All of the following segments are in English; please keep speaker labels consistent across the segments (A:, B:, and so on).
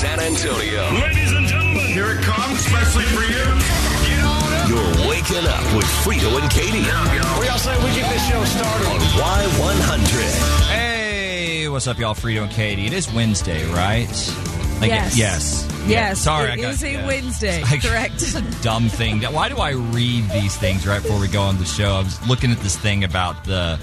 A: Antonio.
B: Ladies and gentlemen, here it comes, especially for you. Get on up.
A: You're waking up with Frito and Katie
C: We all say we get this show started.
A: on Y100.
D: Hey, what's up, y'all? Frito and Katie. It is Wednesday, right? Like,
E: Yes.
D: Yes.
E: Yes.
D: Sorry,
E: it
D: I got
E: is a
D: yeah.
E: Wednesday.
D: I-
E: Correct.
D: It's a dumb thing. Why do I read these things right before we go on the show? I was looking at this thing about the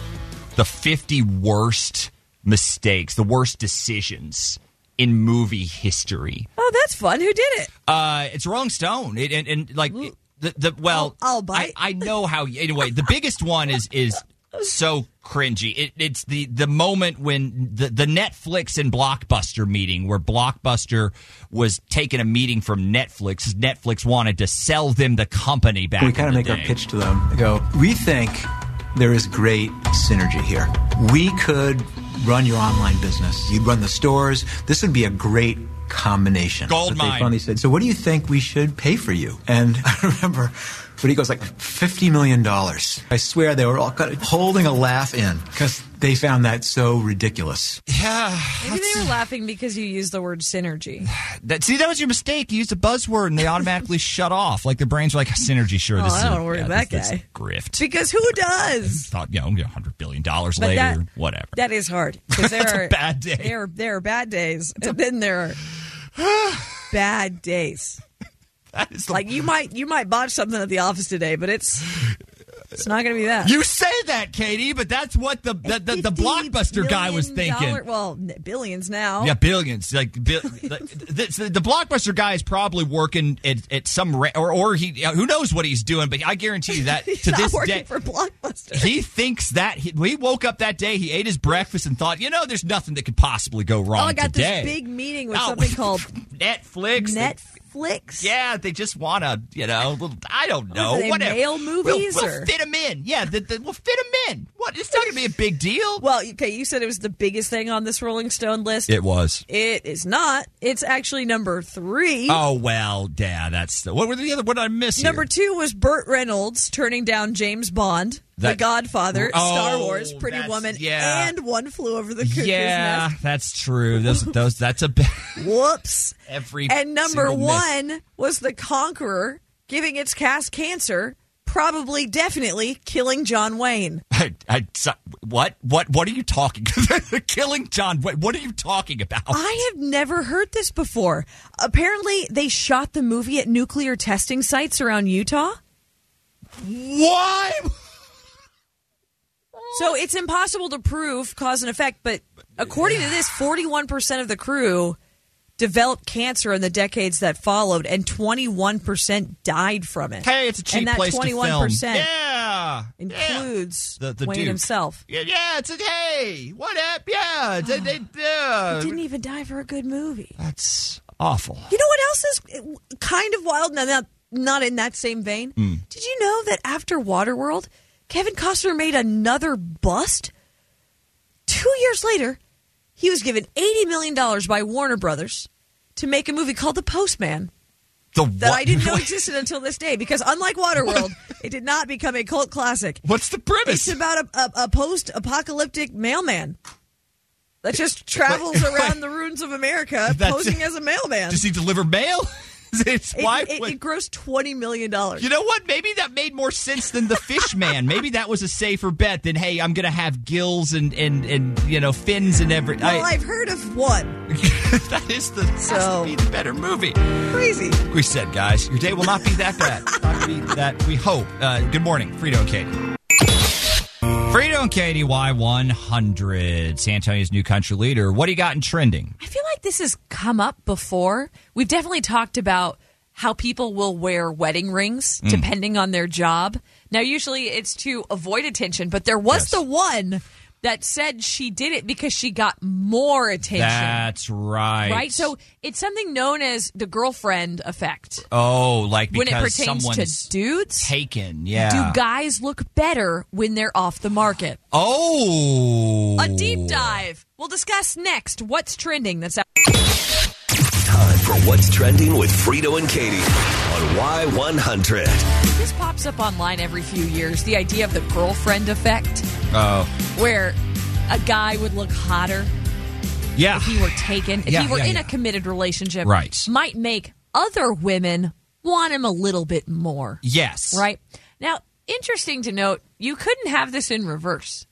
D: the 50 worst mistakes, the worst decisions in movie history.
E: Oh, that's fun. Who did it?
D: Uh, it's Rolling Stone. It, and, and like the, the well,
E: I'll- I'll bite.
D: I, I know how. Anyway, the biggest one is is so cringy. It, it's the the moment when the the Netflix and Blockbuster meeting where Blockbuster was taking a meeting from Netflix. Netflix wanted to sell them the company back.
F: we
D: in
F: kind of
D: the
F: make our
D: day.
F: pitch to them. We go, we think there is great synergy here. We could run your online business. You'd run the stores. This would be a great combination.
D: Gold
F: But
D: mine.
F: They finally said, so what do you think we should pay for you? And I remember. But he goes like fifty million dollars. I swear they were all kind of holding a laugh in because they found that so ridiculous.
E: Maybe they were laughing because you used the word synergy.
D: That, see, that was your mistake. You used a buzzword and they automatically shut off. Like their brains were like synergy. Sure,
E: Oh,
D: this
E: I
D: is a-
E: don't worry
D: yeah,
E: about
D: this-
E: that
D: this
E: guy.
D: grift.
E: Because who does?
D: Thought you know, hundred billion dollars
E: But
D: later,
E: that-
D: whatever.
E: That is hard. Because there
D: It's a
E: are
D: bad day.
E: There are, there are bad days, and then there are bad days.
D: That is the
E: Like you might you might botch something at the office today, but it's it's not going to be that.
D: You say that, Katie, but that's what the the, the, the
E: $50
D: blockbuster guy was
E: million
D: thinking.
E: dollar- well, n- billions now.
D: Yeah, billions. Like, bil- like the, the blockbuster guy is probably working at, at some ra- or or he who knows what he's doing. But I guarantee you that
E: He's
D: to
E: not
D: this
E: working
D: day.
E: for Blockbuster.
D: he thinks that he, he woke up that day, he ate his breakfast, and thought, you know, there's nothing that could possibly go wrong
E: oh, I got
D: today.
E: this big meeting with
D: Oh,
E: something called
D: Netflix. They-
E: Netflix. Oh,
D: yeah, they just want to, you know, little- I don't know.
E: do they
D: whatever.
E: mail
D: We'll-
E: movies
D: we'll,
E: or-
D: fit them in. Yeah, the, the, we'll fit them in. What? It's not going to be a big deal.
E: Well, okay, you said it was the biggest thing on this Rolling Stone list.
D: It was.
E: it is not. It's actually number three.
D: Oh well, yeah. That's the, what were the other? What did I miss?
E: number
D: here?
E: two was Burt Reynolds turning down James Bond, The
D: That-
E: Godfather,
D: Oh,
E: Star Wars, Pretty
D: that's-
E: Woman,
D: yeah.
E: and One Flew Over the Cuckoo's
D: Yeah,
E: Nest.
D: that's true. Those, those. That's a.
E: Whoops.
D: Every
E: and number
D: single miss.
E: one was The Conqueror giving its cast cancer, probably, definitely killing John Wayne.
D: I, I, so- what? What? What are you talking? Killing John. What, what are you talking about?
E: I have never heard this before. Apparently, they shot the movie at nuclear testing sites around Utah.
D: Why?
E: So it's impossible to prove cause and effect, but according to this, 41% of the crew developed cancer in the decades that followed, and 21% died from it.
D: Hey, it's a cheap
E: and that
D: place to
E: 21%
D: film. Yeah,
E: includes
D: yeah. The, the
E: Wayne
D: Duke.
E: himself.
D: Yeah, yeah. It's a hey. What up? Yeah. They, uh, they, yeah.
E: Didn't even die for a good movie.
D: That's awful.
E: You know what else is kind of wild? Now, not, not in that same vein.
D: Hmm.
E: Did you know that after Waterworld, Kevin Costner made another bust? Two years later, he was given $80 million by Warner Brothers to make a movie called The Postman
D: The
E: that
D: what-
E: I didn't know existed until this day because, unlike Waterworld, it did not become a cult classic.
D: What's the premise?
E: It's about a, a, a post apocalyptic mailman. That just travels around the ruins of America
D: That's-
E: posing as a mailman.
D: Does he deliver mail? it's
E: It,
D: why.
E: it,
D: what-
E: it grossed twenty million dollars.
D: You know what? Maybe that made more sense than the fish man. Maybe that was a safer bet than hey, I'm gonna have gills and and and you know fins and every.
E: well,
D: I,
E: I've heard of one.
D: that is the has
E: So-
D: to be the better movie.
E: Crazy.
D: We said, guys, your day will not be that bad. not be that we hope. Uh, good morning, Frito and Katie. Frito and Katie, Y100, San Antonio's new country leader. What do you got in trending?
G: I feel like this has come up before. We've definitely talked about how people will wear wedding rings
D: Mm.
G: depending on their job. Now, usually it's to avoid attention, but there was
D: Yes.
G: the one that said she did it because she got more attention.
D: That's right.
G: right? So it's something known as the girlfriend effect
D: oh, like
G: when
D: because
G: it pertains
D: someone's
G: to dudes.
D: taken. Yeah.
G: Do guys look better when they're off the market?
D: oh,
G: A deep dive. We'll discuss next what's trending that's out.
A: Time for What's Trending with Frito and Katie on Y100.
G: This pops up online every few years the idea of the girlfriend effect,
D: Oh.
G: where a guy would look hotter
D: Yeah.
G: if he were taken, if
D: Yeah,
G: he were
D: yeah,
G: in
D: yeah.
G: a committed relationship,
D: Right.
G: might make other women want him a little bit more.
D: Yes.
G: Right. Now, interesting to note, you couldn't have this in reverse.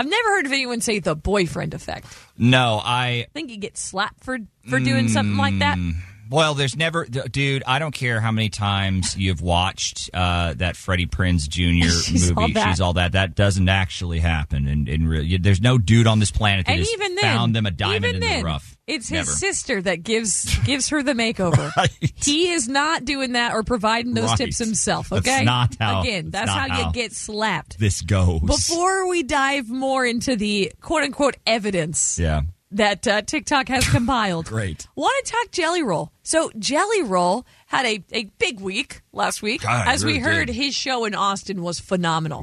G: I've never heard of anyone say the boyfriend effect. I
D: No, I
G: think you get slapped for for doing something like that.
D: Mm-hmm. Well, there's never, th- dude. I don't care how many times you've watched uh, that Freddie Prinz Jr.
G: She's
D: movie.
G: all that.
D: She's all that. That doesn't actually happen. And in, real, you- there's no dude on this planet that
G: And
D: has
G: even then,
D: found them a diamond
G: even
D: in
G: then,
D: the rough.
G: It's
D: Never.
G: his sister that gives gives her the makeover.
D: Right.
G: He is not doing that or providing those
D: Right.
G: tips himself.
D: That's
G: Okay,
D: not how-
G: Again,
D: that's
G: that's,
D: not
G: how,
D: how.
G: you get slapped.
D: This goes
G: Before we dive more into the quote unquote evidence,
D: Yeah.
G: that uh, TikTok has compiled.
D: Great.
G: Want to talk Jelly Roll? So Jelly Roll had a, a big week last week.
D: God, it
G: As
D: really
G: we heard,
D: did.
G: his show in Austin was phenomenal.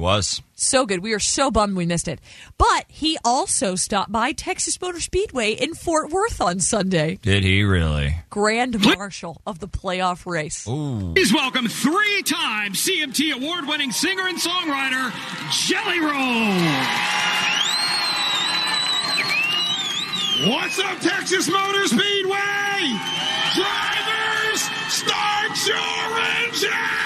D: Was
G: So good. We are so bummed we missed it. But he also stopped by Texas Motor Speedway in Fort Worth on Sunday.
D: did he really?
G: Grand Marshal of the playoff
D: Oh.
G: race.
H: Please welcome three-time CMT award-winning singer and songwriter Jelly Roll.
B: What's up, Texas Motor Speedway? Drivers, start your engine!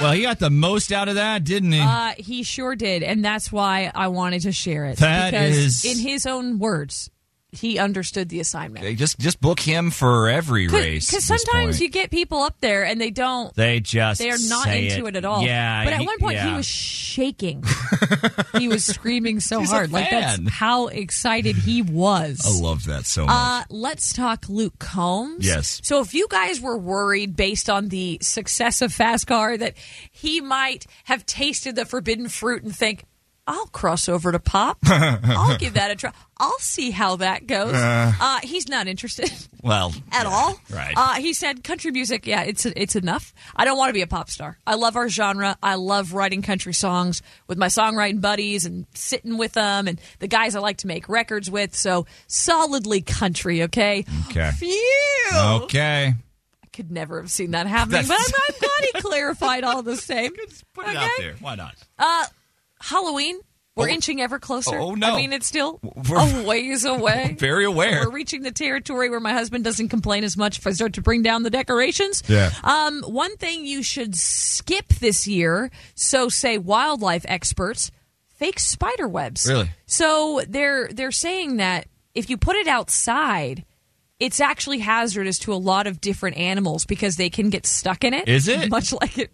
D: Well, he got the most out of that, didn't he?
G: Uh, he sure did, and that's why I wanted to share it.
D: That
G: because
D: is-
G: in his own words, he understood the assignment.
D: just just book him for every race.
G: Because sometimes you get people up there and they don't.
D: they just
G: They are not
D: say
G: into it. at all.
D: Yeah,
G: But at one point, he
D: yeah.
G: was shaking. he was screaming so
D: He's a
G: hard. Like that's
D: fan.
G: how excited he was.
D: I love that so much.
G: Uh, let's talk Luke Combs.
D: Yes.
G: So if you guys were worried based on the success of Fastcar that he might have tasted the forbidden fruit and think, I'll cross over to pop. I'll give that a try. I'll see how that goes. Uh, he's not interested
D: well,
G: at all.
D: right.
G: Uh, he said country music. Yeah, it's it's enough. I don't want to be a pop star. I love our genre. I love writing country songs with my songwriting buddies and sitting with them and the guys I like to make records with. So solidly country. Okay.
D: Okay.
G: Phew.
D: Okay.
G: I could never have seen that happening, but I'm, I'm glad he clarified all the same. Uh,
D: Put it out there. Why not?
G: Halloween. We're inching ever closer.
D: oh, no.
G: I mean, it's still
D: We're-
G: a ways away.
D: Very aware.
G: We're reaching the territory where my husband doesn't complain as much if I start to bring down the decorations.
D: Yeah.
G: Um, one thing you should skip this year, so say wildlife experts, fake spider webs.
D: Really?
G: So they're they're saying that if you put it outside, it's actually hazardous to a lot of different animals because they can get stuck in it.
D: Is it?
G: much like it?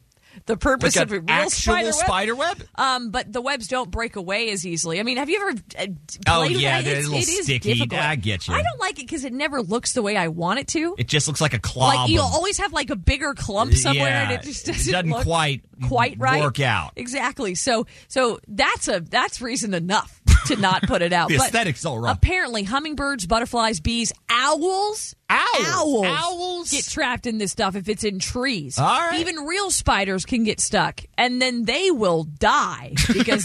G: The purpose
D: Like
G: of
D: an
G: a real
D: actual
G: spider web?
D: spider web?
G: Um, but the webs don't break away as easily. I mean, have you ever? Uh, d-
D: Oh,
G: played with
D: yeah,
G: that?
D: they're a
G: It's-
D: little
G: it is
D: sticky.
G: difficult.
D: I get you.
G: I don't like it because it never looks the way I want it to.
D: It just looks like a clob.
G: like you'll
D: of-
G: always have like a bigger clump somewhere,
D: Yeah,
G: and it just
D: it
G: doesn't,
D: doesn't
G: look
D: quite
G: quite right
D: work out.
G: exactly. So so that's a that's reason enough to not put it out.
D: The
G: But
D: aesthetics all wrong.
G: Apparently, hummingbirds, butterflies, bees, owls,
D: Owls.
G: owls,
D: Owls.
G: get trapped in this stuff if it's in trees.
D: All right.
G: Even real spiders can get stuck, and then they will die because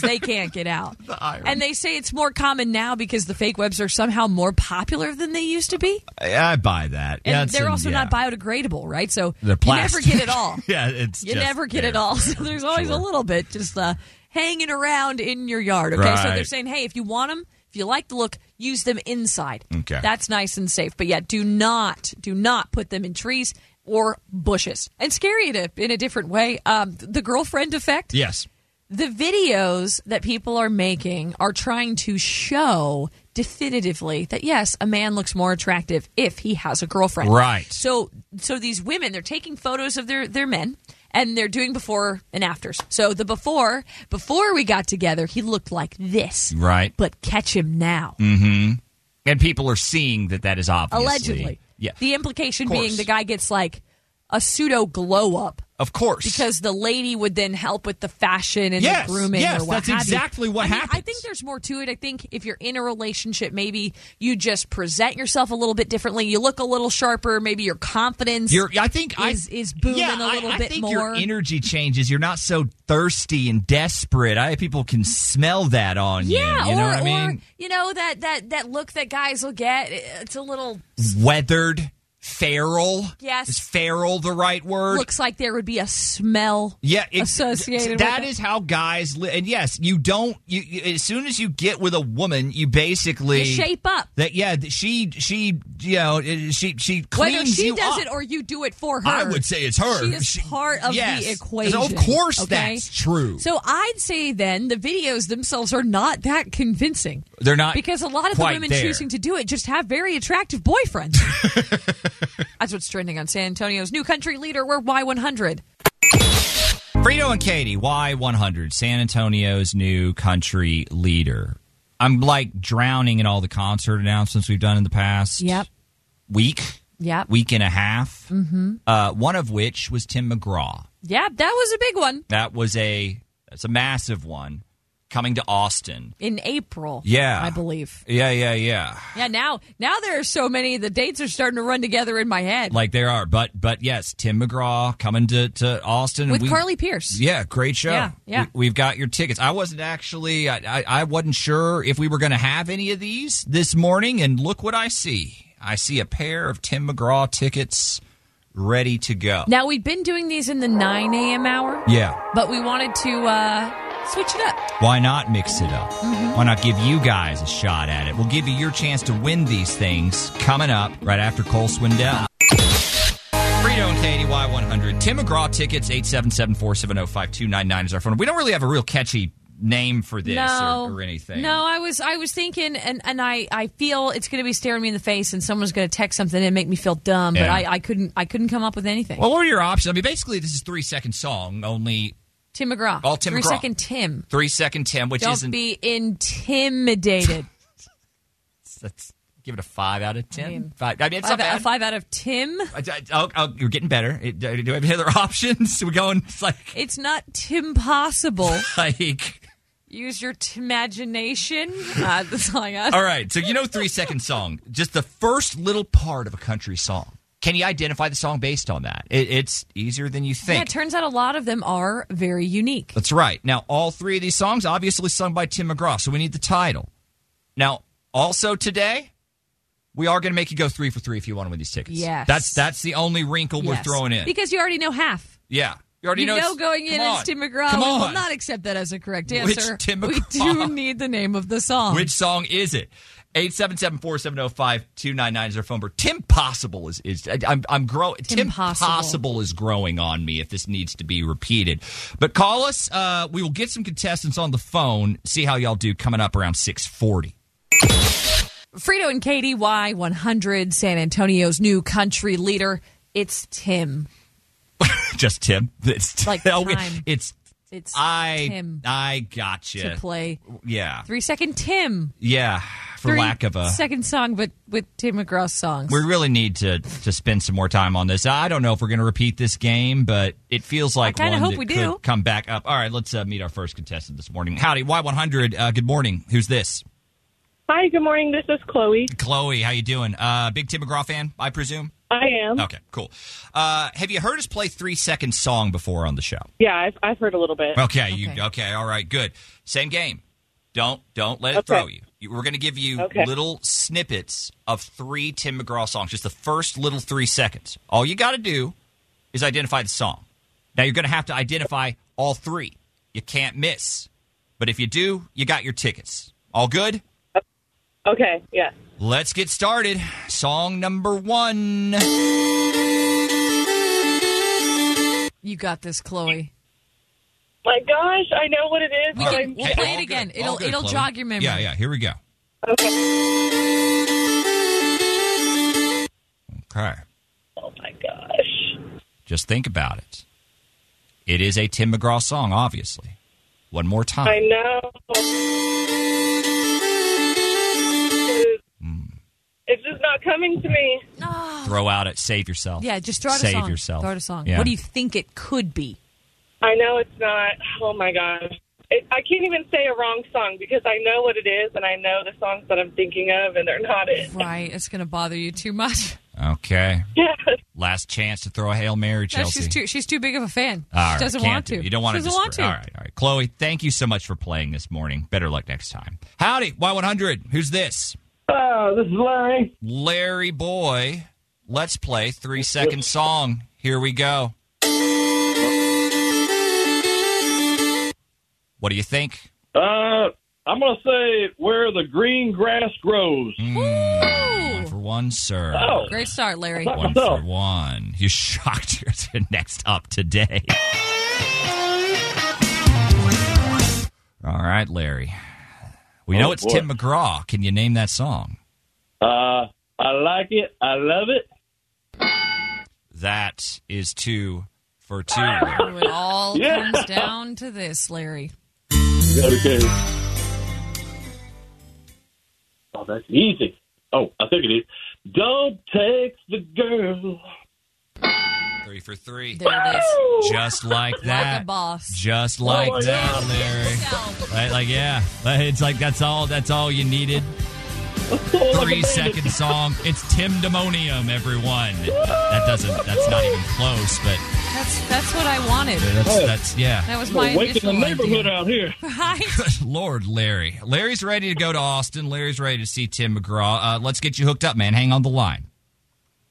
G: they can't get out. and they say it's more common now because the fake webs are somehow more popular than they used to be.
D: I buy that.
G: And
D: Yeah, it's
G: they're
D: a-
G: also
D: yeah.
G: not biodegradable, right? So
D: They're
G: you never
D: plastic.
G: get it all.
D: yeah, it's
G: You
D: just
G: never get it
D: there.
G: all. So there's always a
D: Sure.
G: little bit just uh, hanging around in your yard. Okay, so they're
D: Right.
G: saying, hey, if you want them, if you like the look, use them inside.
D: Okay.
G: that's nice and safe. But yeah, do not, do not put them in trees or bushes. And scary in a, in a different way. Um, the girlfriend effect
D: Yes.
G: the videos that people are making are trying to show definitively that yes a man looks more attractive if he has a girlfriend
D: Right.
G: so so these women they're taking photos of their their men and they're doing before and afters so the before before we got together he looked like this
D: Right. Mm-hmm.
G: but catch him now
D: And people are seeing that that is obviously
G: allegedly
D: Yeah.
G: the implication
D: Of course.
G: being the guy gets like a pseudo glow up
D: of course.
G: because the lady would then help with the fashion and
D: Yes,
G: the grooming
D: yes,
G: or what
D: that's
G: have you.
D: exactly what
G: I mean, I
D: happens.
G: think there's more to it. I think if you're in a relationship, maybe you just present yourself a little bit differently. You look a little sharper. Maybe your confidence.
D: You're, I think
G: is-
D: I,
G: is booming
D: yeah,
G: a little
D: I, I
G: bit
D: think
G: more.
D: Your energy changes. You're not so thirsty and desperate. I people can smell that on you.
G: yeah,
D: You
G: or,
D: know what I
G: or
D: mean?
G: you know that that that look that guys will get. It's a little
D: Weathered. feral.
G: Yes.
D: Is feral the right word?
G: Looks like there would be a smell.
D: yeah, it-
G: associated
D: That
G: with it.
D: is how guys. Li- and yes, you don't. You, you as soon as you get with a woman, you basically
G: You shape up.
D: That yeah, th- she she you know she she cleans
G: Whether she
D: you
G: does
D: up.
G: it or you do it for her.
D: I would say it's her.
G: She is
D: She-
G: part of
D: yes.
G: the
D: So of
G: equation.
D: course
G: okay?
D: that's true.
G: So I'd say then the videos themselves are not that convincing.
D: They're not
G: Because a lot of the
D: quite
G: women
D: there.
G: choosing to do it just have very attractive boyfriends. that's what's trending on San Antonio's new country leader. We're Y100.
D: Frito and Katie, Y100, San Antonio's new country leader. I'm like drowning in all the concert announcements we've done in the past
G: Yep.
D: week,
G: Yep.
D: week and a half. Mm-hmm. Uh, one of which was Tim McGraw.
G: Yeah, that was a big one
D: That was a that's a massive one coming to Austin.
G: in April.
D: Yeah.
G: I believe.
D: Yeah, yeah, yeah.
G: Yeah, now now there are so many the dates are starting to run together in my head.
D: Like there are, but but yes, Tim McGraw coming to to Austin and
G: with
D: we-
G: Carly Pierce.
D: Yeah, great show.
G: Yeah, yeah.
D: We, have got your tickets. I wasn't actually, I, I, I wasn't sure if we were going to have any of these this morning, and look what I see. I see a pair of Tim McGraw tickets ready to go.
G: Now we've been doing these in the 9 a.m. hour,
D: yeah,
G: but we wanted to uh, switch it up. Mm-hmm.
D: why not mix it up? Why not give you guys a shot at it? We'll give you your chance to win these things coming up right after Cole Swindell. Frito and Katie, Y100. Tim McGraw tickets, 877 470 5299 is our phone. We don't really have a real catchy name for this
G: no,
D: or, or anything.
G: No, I was I was thinking, and and I I feel it's going to be staring me in the face, and someone's going to text something and make me feel dumb. But
D: Yeah.
G: I I couldn't I couldn't come up with anything.
D: Well, what were your options? I mean, basically, this is three second song, only
G: Tim McGraw.
D: all Tim
G: Three
D: McGraw.
G: second Tim.
D: three second Tim, which
G: Don't
D: isn't.
G: be intimidated.
D: Let's give it a five out of ten.
G: mean,
D: five. I mean, it's
G: five,
D: not bad.
G: out- five out of Tim.
D: I- I- I'll- I'll- you're getting better. It- uh, Do I have any other options? We're going it's like
G: It's not Tim possible.
D: like.
G: Use your t- imagination. Uh, that's all I got.
D: All right, so you know three second song, just the first little part of a country song. Can you identify the song based on that? It, it's easier than you
G: Yeah,
D: think.
G: it turns out a lot of them are very unique.
D: That's right. Now, all three of these songs obviously sung by Tim McGraw, so we need the title. Now, also today, we are going to make you go three for three if you want to win these tickets.
G: Yes.
D: that's that's the only wrinkle we're
G: Yes.
D: throwing in.
G: Because you already know half.
D: yeah, you already
G: You know,
D: it's-
G: going in
D: come
G: as
D: on.
G: Tim McGraw.
D: Come
G: we
D: on,
G: will not accept that as a correct
D: Which
G: answer.
D: Tim
G: we
D: McGraw?
G: do need the name of the song.
D: which song is it? 877-470-5299 is our phone number. Tim Possible is is I, I'm I'm growing. Tim,
G: Possible.
D: is growing on me if this needs to be repeated. But call us. Uh, we will get some contestants on the phone. See how y'all do coming up around six forty.
G: Frito and Katie Y 100, San Antonio's new country leader. It's Tim.
D: just Tim. It's
G: Like
D: oh, we-
G: time.
D: It's
G: It's
D: I.
G: Tim
D: I gotcha.
G: to play
D: Yeah,
G: three second Tim.
D: yeah. For
G: Three
D: lack of a,
G: second song, but with Tim McGraw's songs.
D: we really need to to spend some more time on this. I don't know if we're going to repeat this game, but it feels like
G: kinda
D: one
G: hope
D: that
G: we
D: could
G: do.
D: come back up. All right, let's uh, meet our first contestant this morning. Howdy, Y one hundred. Uh, good morning. Who's this?
I: Hi, good morning. This is Chloe.
D: Chloe. How you doing? Uh, big Tim McGraw fan, I presume.
I: I am.
G: Um,
D: Okay, cool. Uh, have you heard us play three second song before on the show?
I: Yeah, I've, I've heard a little bit.
D: Okay, you okay? All right, good. Same game. Don't don't let it
I: Okay.
D: throw you. You- We're going to give you
I: Okay.
D: little snippets of three Tim McGraw songs, just the first little three seconds. All you got to do is identify the song. Now you're going to have to identify all three. You can't miss. But if you do, you got your tickets. All good.
I: Okay, yeah.
D: Let's get started. Song number one.
G: you got this, Chloe.
I: My gosh, I know what it is.
G: We
D: All
G: can-
D: right.
G: we'll
D: Hey,
G: play
D: all
G: it again.
D: good.
G: It'll-
D: All good,
G: it'll
D: Chloe.
G: jog your memory.
D: Yeah, yeah. Here we go.
I: Okay.
D: Okay.
I: Oh my gosh.
D: Just think about it. It is a Tim McGraw song, obviously. One more time.
I: I know.
D: Hmm.
I: It's just not coming to me.
D: Throw out it. Save yourself.
G: Yeah, just throw out
D: Save
G: a song.
D: yourself.
G: Throw out a song.
D: Yeah.
G: What do you think it could be?
I: I know it's not. Oh my gosh. It, I can't even say a wrong song because I know what it is and I know the songs that I'm thinking of and they're not it.
G: Right, it's going to bother you too much.
D: Okay.
I: Yes.
D: Last chance to throw a hail mary,
G: No,
D: Chelsea.
G: she's too she's too big of a fan.
D: All right,
G: she doesn't
D: can't
G: want
D: do
G: to.
D: it. You don't want
G: she
D: to.
G: doesn't want to.
D: All right, all right. Chloe, thank you so much for playing this morning. Better luck next time. Howdy, Y100. Who's this?
J: Oh, this is Larry.
D: Larry Boy. Let's play three second song. Here we go. What do you think?
J: Uh, I'm gonna say where the green grass grows.
D: One Mm, for one, sir.
J: Oh.
G: Great start, Larry.
D: One for one. You shocked her next up today. All right, Larry. We
J: Oh,
D: know it's
J: boy.
D: Tim McGraw. Can you name that song?
J: Uh, I like it. I love it.
D: That is two for two. Larry.
G: It all
J: Yeah.
G: comes down to this, Larry.
J: You gotta be kidding. Oh, that's easy. Oh, I think it is. Don't take the girl.
D: Three for three.
G: There it is.
D: Just like
G: Like a
D: that.
G: boss.
D: Just like
J: my
D: that,
J: God.
D: Larry.
G: Now,
D: Right, like yeah, Like, it's like that's all. That's all you needed. Three second song. It's Tim Demonium, everyone. That doesn't. That's not even close. But
G: That's that's what I wanted.
D: that's that's yeah.
G: That was my
J: Waking
G: initial
J: the neighborhood
G: idea.
J: out here.
G: Right?
D: Good Lord, Larry. Larry's ready to go to Austin. Larry's ready to see Tim McGraw. Uh, let's get you hooked up, man. Hang on the line.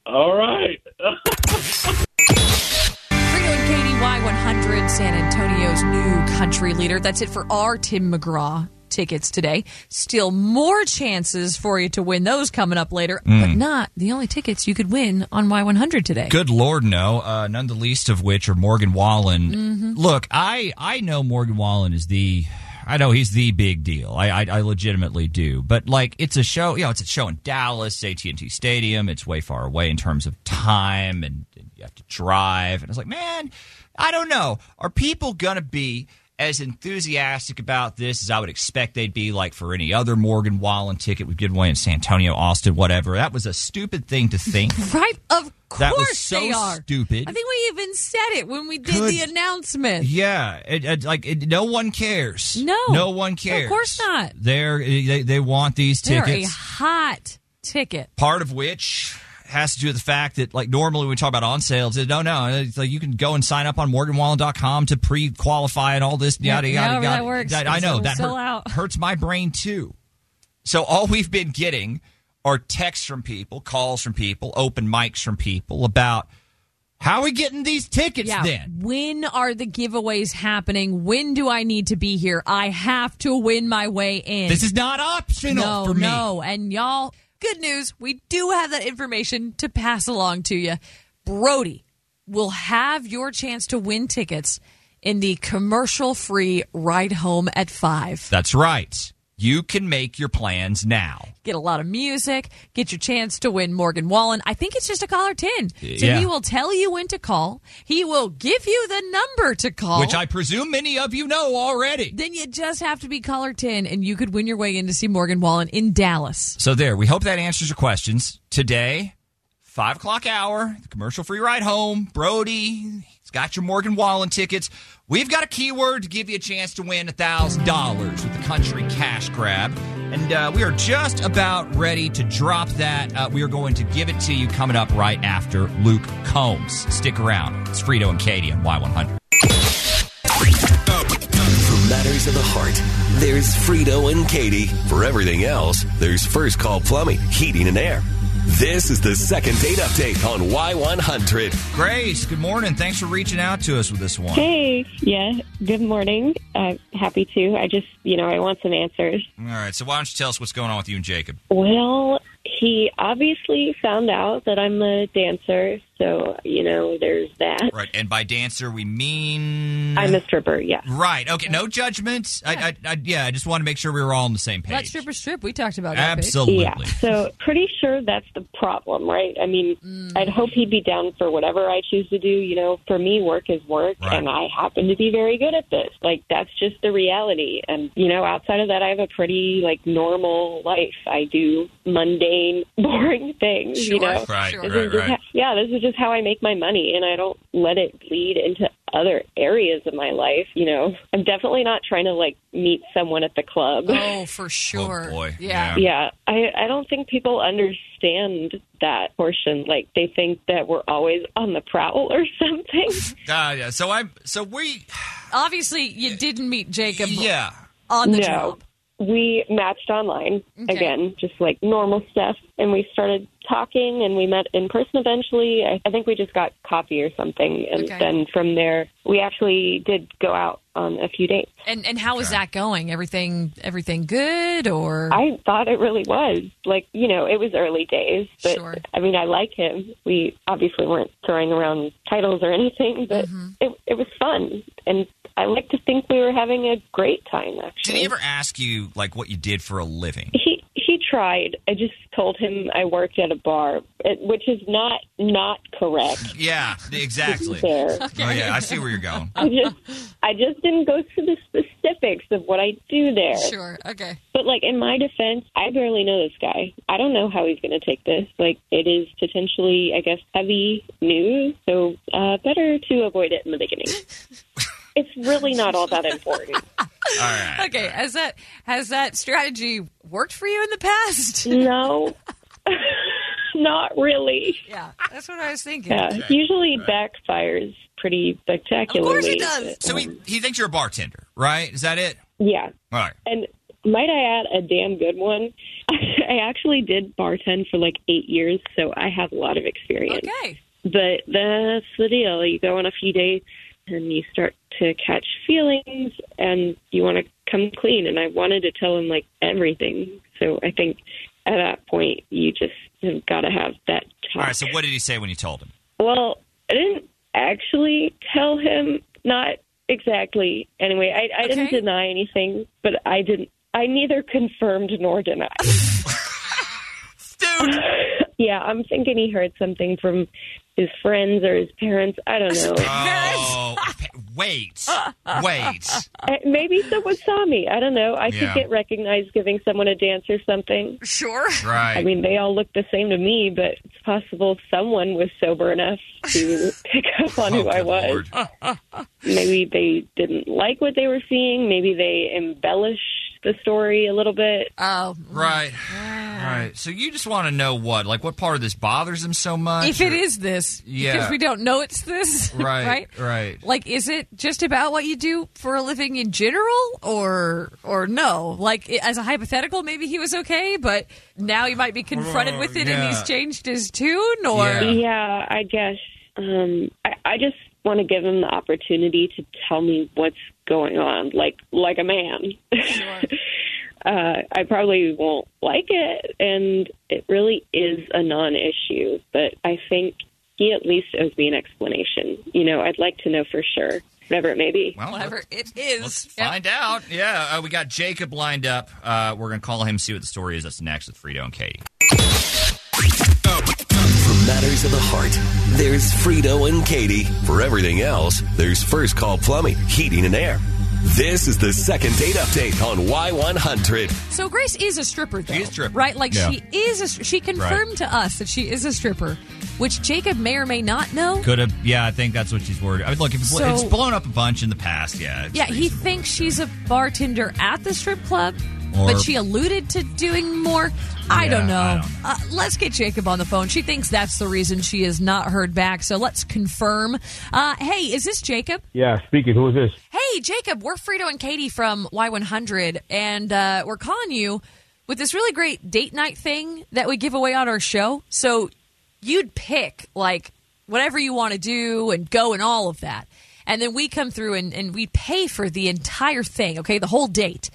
J: All right.
G: Frito and Katie, Y100, San Antonio's new country leader. That's it for our Tim McGraw tickets today. Still more chances for you to win those coming up later, but not the only tickets you could win on Y100 today.
D: Mm. Good Lord, no. Uh, none the least of which are Morgan Wallen. Look, I I know Morgan Wallen is the. I know he's the big deal. I, I I legitimately do. But like, it's a show. You know, it's a show in Dallas, AT and T Stadium. It's way far away in terms of time, and, and you have to drive. And I was like, man, I don't know. Are people gonna be as enthusiastic about this as I would expect they'd be like for any other Morgan Wallen ticket we've given away in San Antonio, Austin, whatever? That was a stupid thing to think.
G: Right? Of course
D: That was so
G: they are.
D: stupid.
G: I think we even said it when we did
D: Good.
G: the announcement.
D: Yeah, it, it, like it, no one cares.
G: No.
D: no one
G: Of
D: cares.
G: course not.
D: They're they, they want these
G: They're
D: tickets.
G: a hot ticket.
D: Part of which has to do with the fact that like normally when we talk about on sales, it- no, no, it's like you can go and sign up on MorganWallen.com to pre-qualify and all this yada
G: Yeah,
D: yada
G: however
D: yada.
G: that works,
D: I know
G: it'll
D: that
G: sell
D: hurt-
G: out.
D: hurts my brain too. So all we've been getting are texts from people, calls from people, open mics from people about how are we getting these tickets then.
G: When are the giveaways happening? When do I need to be here? I have to win my way in.
D: This is not optional
G: no,
D: for me.
G: no. And y'all, good news. We do have that information to pass along to you. Brody will have your chance to win tickets in the commercial free ride home at five.
D: That's right. You can make your plans now.
G: Get a lot of music, get your chance to win Morgan Wallen. I think it's just a caller 10. So
D: Yeah.
G: he will tell you when to call, he will give you the number to call.
D: Which I presume many of you know already.
G: Then you just have to be caller 10 and you could win your way in to see Morgan Wallen in Dallas.
D: So there, we hope that answers your questions. Today, five o'clock hour, the commercial free ride home. Brody, he's got your Morgan Wallen tickets. We've got a keyword to give you a chance to win thousand dollars with the country cash grab. And uh, we are just about ready to drop that. Uh, we are going to give it to you coming up right after Luke Combs. Stick around. It's Frito and Katie on Y100.
A: For matters of the heart, there's Frito and Katie. For everything else, there's First Call Plumbing, Heating and Air. This is the second date update on Y100.
D: Grace, good morning. Thanks for reaching out to us with this one.
K: Hey, yeah, good morning. Uh, happy to. I just, you know, I want some answers.
D: All right, so why don't you tell us what's going on with you and Jacob?
K: Well, he obviously found out that I'm a dancer, so, you know, there's that.
D: Right, and by dancer we mean
K: I'm a stripper, yeah.
D: right. Okay, no judgments. I, I, I, yeah, I just want to make sure we were all on the same page.
G: Let stripper strip. We talked about that. babe.
D: Absolutely.
K: Yeah, so pretty sure that's the problem, right? I mean,
G: Mm.
K: I'd hope he'd be down for whatever I choose to do. You know, for me, work is work,
D: Right.
K: and I happen to be very good at this. Like, that's just the reality. And, you know, outside of that, I have a pretty, like, normal life. I do mundane, boring things, you know?
D: Right,
G: Sure.
D: right,
K: This is just
D: right.
K: ho- yeah, this is just how I make my money, and I don't let it bleed into other areas of my life. You know, I'm definitely not trying to like meet someone at the club.
G: Oh, for sure.
D: Oh, boy.
G: Yeah.
K: yeah, I I don't think people understand that portion. Like they think that we're always on the prowl or something.
D: Uh, yeah. So I'm. So we.
G: Obviously, you didn't meet Jacob
D: Yeah.
G: on the
K: No.
G: job.
K: we matched online again, just like normal stuff. And we started talking and we met in person eventually. I, I think we just got coffee or something. And
G: Okay.
K: then from there, we actually did go out on a few dates.
G: And and how is that going? Everything everything good or
K: I thought it really was. Like, you know, it was early days, but I mean, I like him. We obviously weren't throwing around titles or anything, but
D: Mm-hmm.
K: it, it was fun. And I like to think we were having a great time, actually.
D: Did he ever ask you like what you did for a living?
K: He he tried. I just told him I worked at a bar, it- which is not not correct.
D: Yeah, exactly.
K: Fair.
D: Oh yeah, I see where you're going.
K: I just I just didn't go to the specifics of what I do there.
G: Sure. Okay.
K: But like in my defense, I barely know this guy. I don't know how he's going to take this. Like it is potentially, I guess, heavy news, so uh, better to avoid it in the beginning. it's really not all that important.
G: Okay, has that has that strategy worked for you in the past?
K: No. not really.
G: Yeah, that's what I was thinking.
K: Yeah, it usually backfires pretty spectacularly.
D: So he, he thinks you're a bartender, right? Is that it?
K: Yeah.
D: All right.
K: And might I add, a damn good one. I actually did bartend for like eight years, so I have a lot of experience.
G: Okay.
K: But that's the deal. You go on a few dates and you start to catch feelings and you want to come clean. And I wanted to tell him like everything. So I think at that point, you just have got to have that
D: All right. So what did he say when you told him?
K: well, I didn't actually tell him, not exactly. Anyway, I, I didn't deny anything, but I didn't. I neither confirmed nor denied.
D: Dude.
K: yeah, I'm thinking he heard something from his friends or his parents. I don't know.
D: Oh, pa- wait, wait.
K: Uh, Maybe someone saw me. I don't know. I
D: Yeah.
K: could get recognized giving someone a dance or something.
G: Sure.
D: Right.
K: I mean, they all look the same to me, but it's possible someone was sober enough to pick up on who I was. Maybe they didn't like what they were seeing. Maybe they embellished the story a little bit.
G: Oh,
D: Right. Right. So you just want to know what, like, what part of this bothers him so much?
G: if it is this,
D: Yeah.
G: because we don't know it's this,
D: Right, right.
G: Like, is it just about what you do for a living in general, or or no? Like, i- as a hypothetical, maybe he was okay, but now he might be confronted with it, and
K: yeah.
G: he's changed his tune, or
K: Yeah, I guess. Um, I, I just want to give him the opportunity to tell me what's going on, like like a man. uh, I probably won't like it, and it really is a non-issue. But I think he at least owes me an explanation. You know, I'd like to know for sure, whatever it may be.
G: whatever it is.
D: Find out. Yeah. Uh, we got Jacob lined up. Uh, we're going to call him, see what the story is. That's next with Frito and Katie.
A: For matters of the heart, there's Frito and Katie. For everything else, there's First Call Plumbing, Heating and Air. This is the second date update on Y100.
G: So Grace is a stripper, though. She is
D: stripper.
G: right? Like
A: Yeah.
G: she is. A, she confirmed to us that she is a stripper, which Jacob may or may not know.
D: Could have. Yeah, I think that's what she's worried. I mean, look, if it's,
G: So-
D: it's blown up a bunch in the past. Yeah. it's
G: Yeah, he thinks she's a bartender at the strip club,
D: Or-
G: but she alluded to doing more. I
D: Yeah,
G: don't know.
D: I
G: Uh, let's get Jacob on the phone. She thinks that's the reason she has not heard back. So let's confirm. Uh, hey, is this Jacob?
L: Yeah, speaking. Who is this?
G: Hey, Jacob, we're Frito and Katie from Y100, and uh, we're calling you with this really great date night thing that we give away on our show. So you'd pick, like, whatever you want to do and go and all of that. And then we come through and, and we pay for the entire thing, okay, the whole date.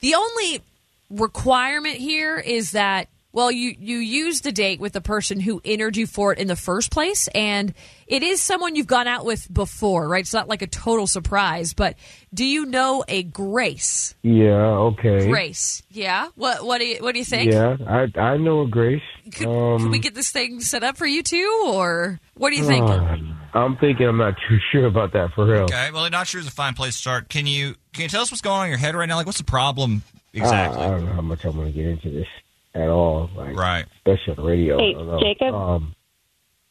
G: The only requirement here is that well you you use the date with the person who entered you for it in the first place and it is someone you've gone out with before right it's not like a total surprise but do you know a grace
L: Yeah, okay.
G: grace yeah what what do you what do you think
L: Yeah, I I know a Grace. um,
G: can we get this thing set up for you too or what do you think
L: uh, I'm thinking I'm not too sure about that for real.
D: Okay. Well, not sure is a fine place to start. Can you can you tell us what's going on in your head right now? Like, what's the problem exactly?
L: I, I don't know how much I'm going to get into this at all. Like,
D: right.
L: Especially on the radio.
K: Hey,
L: I don't know.
K: Jacob?
L: Um,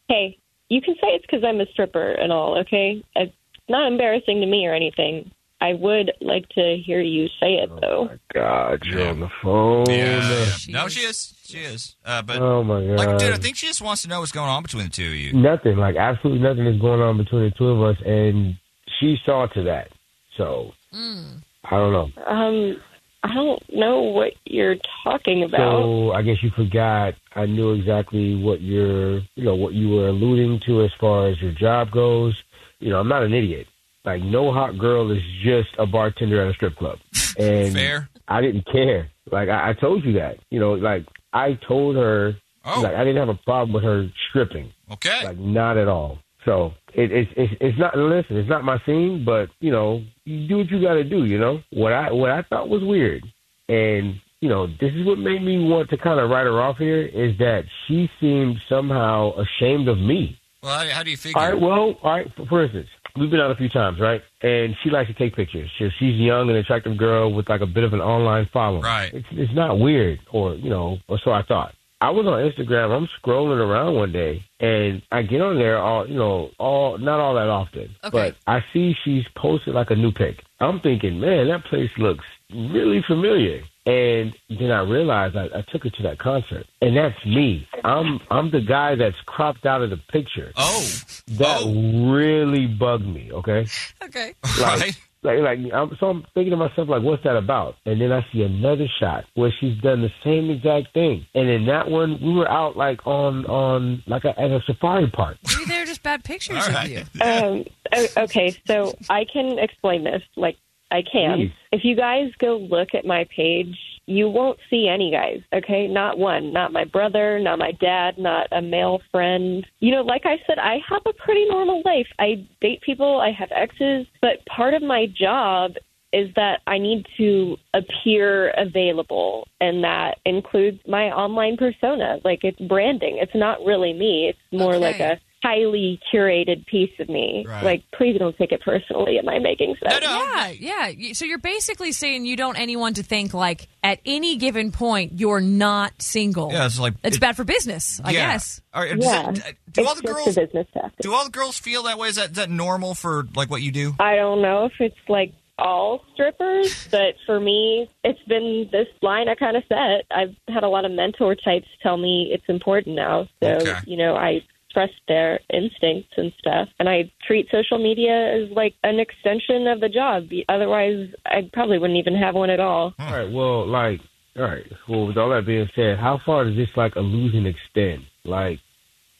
K: Hey, you can say it's because I'm a stripper and all, okay? It's not embarrassing to me or anything. I would like to hear you say it, though.
L: Oh God, you're on the phone.
D: Yeah. no, she is. She is. Uh, but
L: Oh, my God.
D: like, dude, I think she just wants to know what's going on between the two of you.
L: Nothing. Like, absolutely nothing is going on between the two of us, and she saw to that. So, I don't know.
K: Um, I don't know what you're talking about.
L: So I guess you forgot. I knew exactly what your, you know, what you were alluding to as far as your job goes. You know, I'm not an idiot. Like no hot girl is just a bartender at a strip club. And
M: Fair.
L: I didn't care. Like I, I told you that. You know, like I told her. Like I didn't have a problem with her stripping.
M: Oh. Okay.
L: Like not at all. So it, it's it's it's not listen. It's not my scene, but you know, you do what you got to do. You know what I what I thought was weird, and you know this is what made me want to kind of write her off here is that she seemed somehow ashamed of me.
M: Well, how, how do you figure?
L: All right. Well, all right. For, for instance, we've been out a few times, right? And she likes to take pictures. She, she's a young and attractive girl with like a bit of an online following. Right. It's, it's not weird, or you know, or so I thought. I was on Instagram. I'm scrolling around one day, and I get on there all you know, all not all that often,
N: Okay.
L: but I see she's posted like a new pic. I'm thinking, man, that place looks really familiar. And then I realized I, I took her to that concert, and that's me. I'm I'm the guy that's cropped out of the picture.
M: Oh,
L: that really bugged me. Okay.
G: Okay.
L: Like, Like, like I'm, so I'm thinking to myself, like, what's that about? And then I see another shot where she's done the same exact thing. And in that one, we were out like on on like a, at a safari park.
G: Maybe they're just bad pictures of you.
K: Um, o- okay, so I can explain this. Like, I can.
L: Please.
K: If you guys go look at my page, you won't see any guys, okay? Not one. Not my brother, not my dad, not a male friend. You know, like I said, I have a pretty normal life. I date people, I have exes, but part of my job is that I need to appear available, and that includes my online persona. Like, it's branding. It's not really me, it's more like a highly curated piece of me.
G: Right.
K: Like, please don't take it personally. Am I making sense?
G: Yeah, yeah. You- So you're basically saying you don't anyone to think like at any given point you're not single.
D: Yeah, it's like-
G: it's bad for business. I
D: Yeah.
G: guess.
D: All right, does Yeah. it- uh, do all It's the just a girls-
K: business
D: Do all the girls feel that way? Is that is that normal for like what you do?
K: I don't know if it's like all strippers, but for me, it's been this line I kind of set. I've had a lot of mentor types tell me it's important now. So,
O: Okay.
K: you know, I trust their instincts and stuff. And I treat social media as like an extension of the job. Otherwise, I probably wouldn't even have one at all.
L: All right. Well, like, all right. Well, with all that being said, how far does this like illusion extend? Like,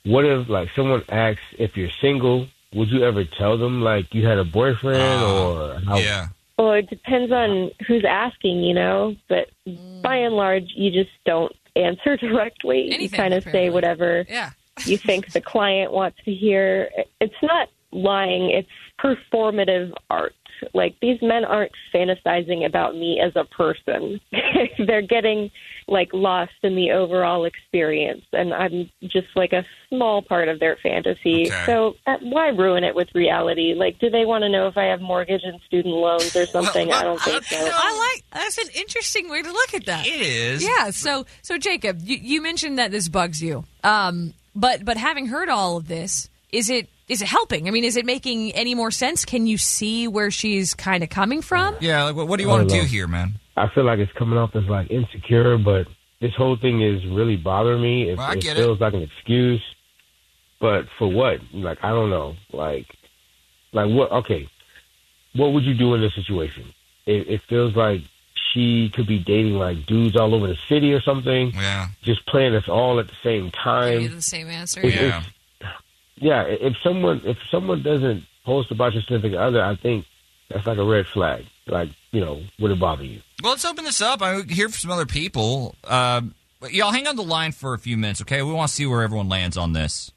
L: what if like someone asks if you're single? Would you ever tell them like you had a boyfriend or how?
M: Yeah.
K: Well, it depends on who's asking, you know, but
G: Mm.
K: by and large, you just don't answer directly. you
G: Anything,
K: kind of say
G: apparently.
K: whatever
G: Yeah.
K: you think the client wants to hear. It's not lying, it's performative art. Like, these men aren't fantasizing about me as a person. They're getting, like, lost in the overall experience, and I'm just, like, a small part of their fantasy.
M: Okay.
K: So, uh, why ruin it with reality? Like, do they want to know if I have mortgage and student loans or something? I don't think so.
G: I like that's an interesting way to look at that. It
D: is.
G: Yeah. So so Jacob, you, you mentioned that this bugs you. Um, but but having heard all of this, is it is it helping? I mean, is it making any more sense? Can you see where she's kind of coming from?
D: Yeah. Like, what, what do you
L: I
D: want
L: don't
D: to do
L: know.
D: here, man?
L: I feel like it's coming off as like insecure, but this whole thing is really bothering me. It,
D: Well, I
L: it
D: get it.
L: feels like an excuse, but for what? Like I don't know. Like, like what? Okay, what would you do in this situation? It, it feels like she could be dating like dudes all over the city or something.
M: Yeah,
L: just playing us all at the same time.
G: Give you the same answer.
L: It- it's- yeah. i- If someone if someone doesn't post about your significant other, I think that's like a red flag. Like you know, would it bother you?
D: Well, let's open this up. I hear from some other people. Um, y'all hang on the line for a few minutes, okay? We want to see where everyone lands on this.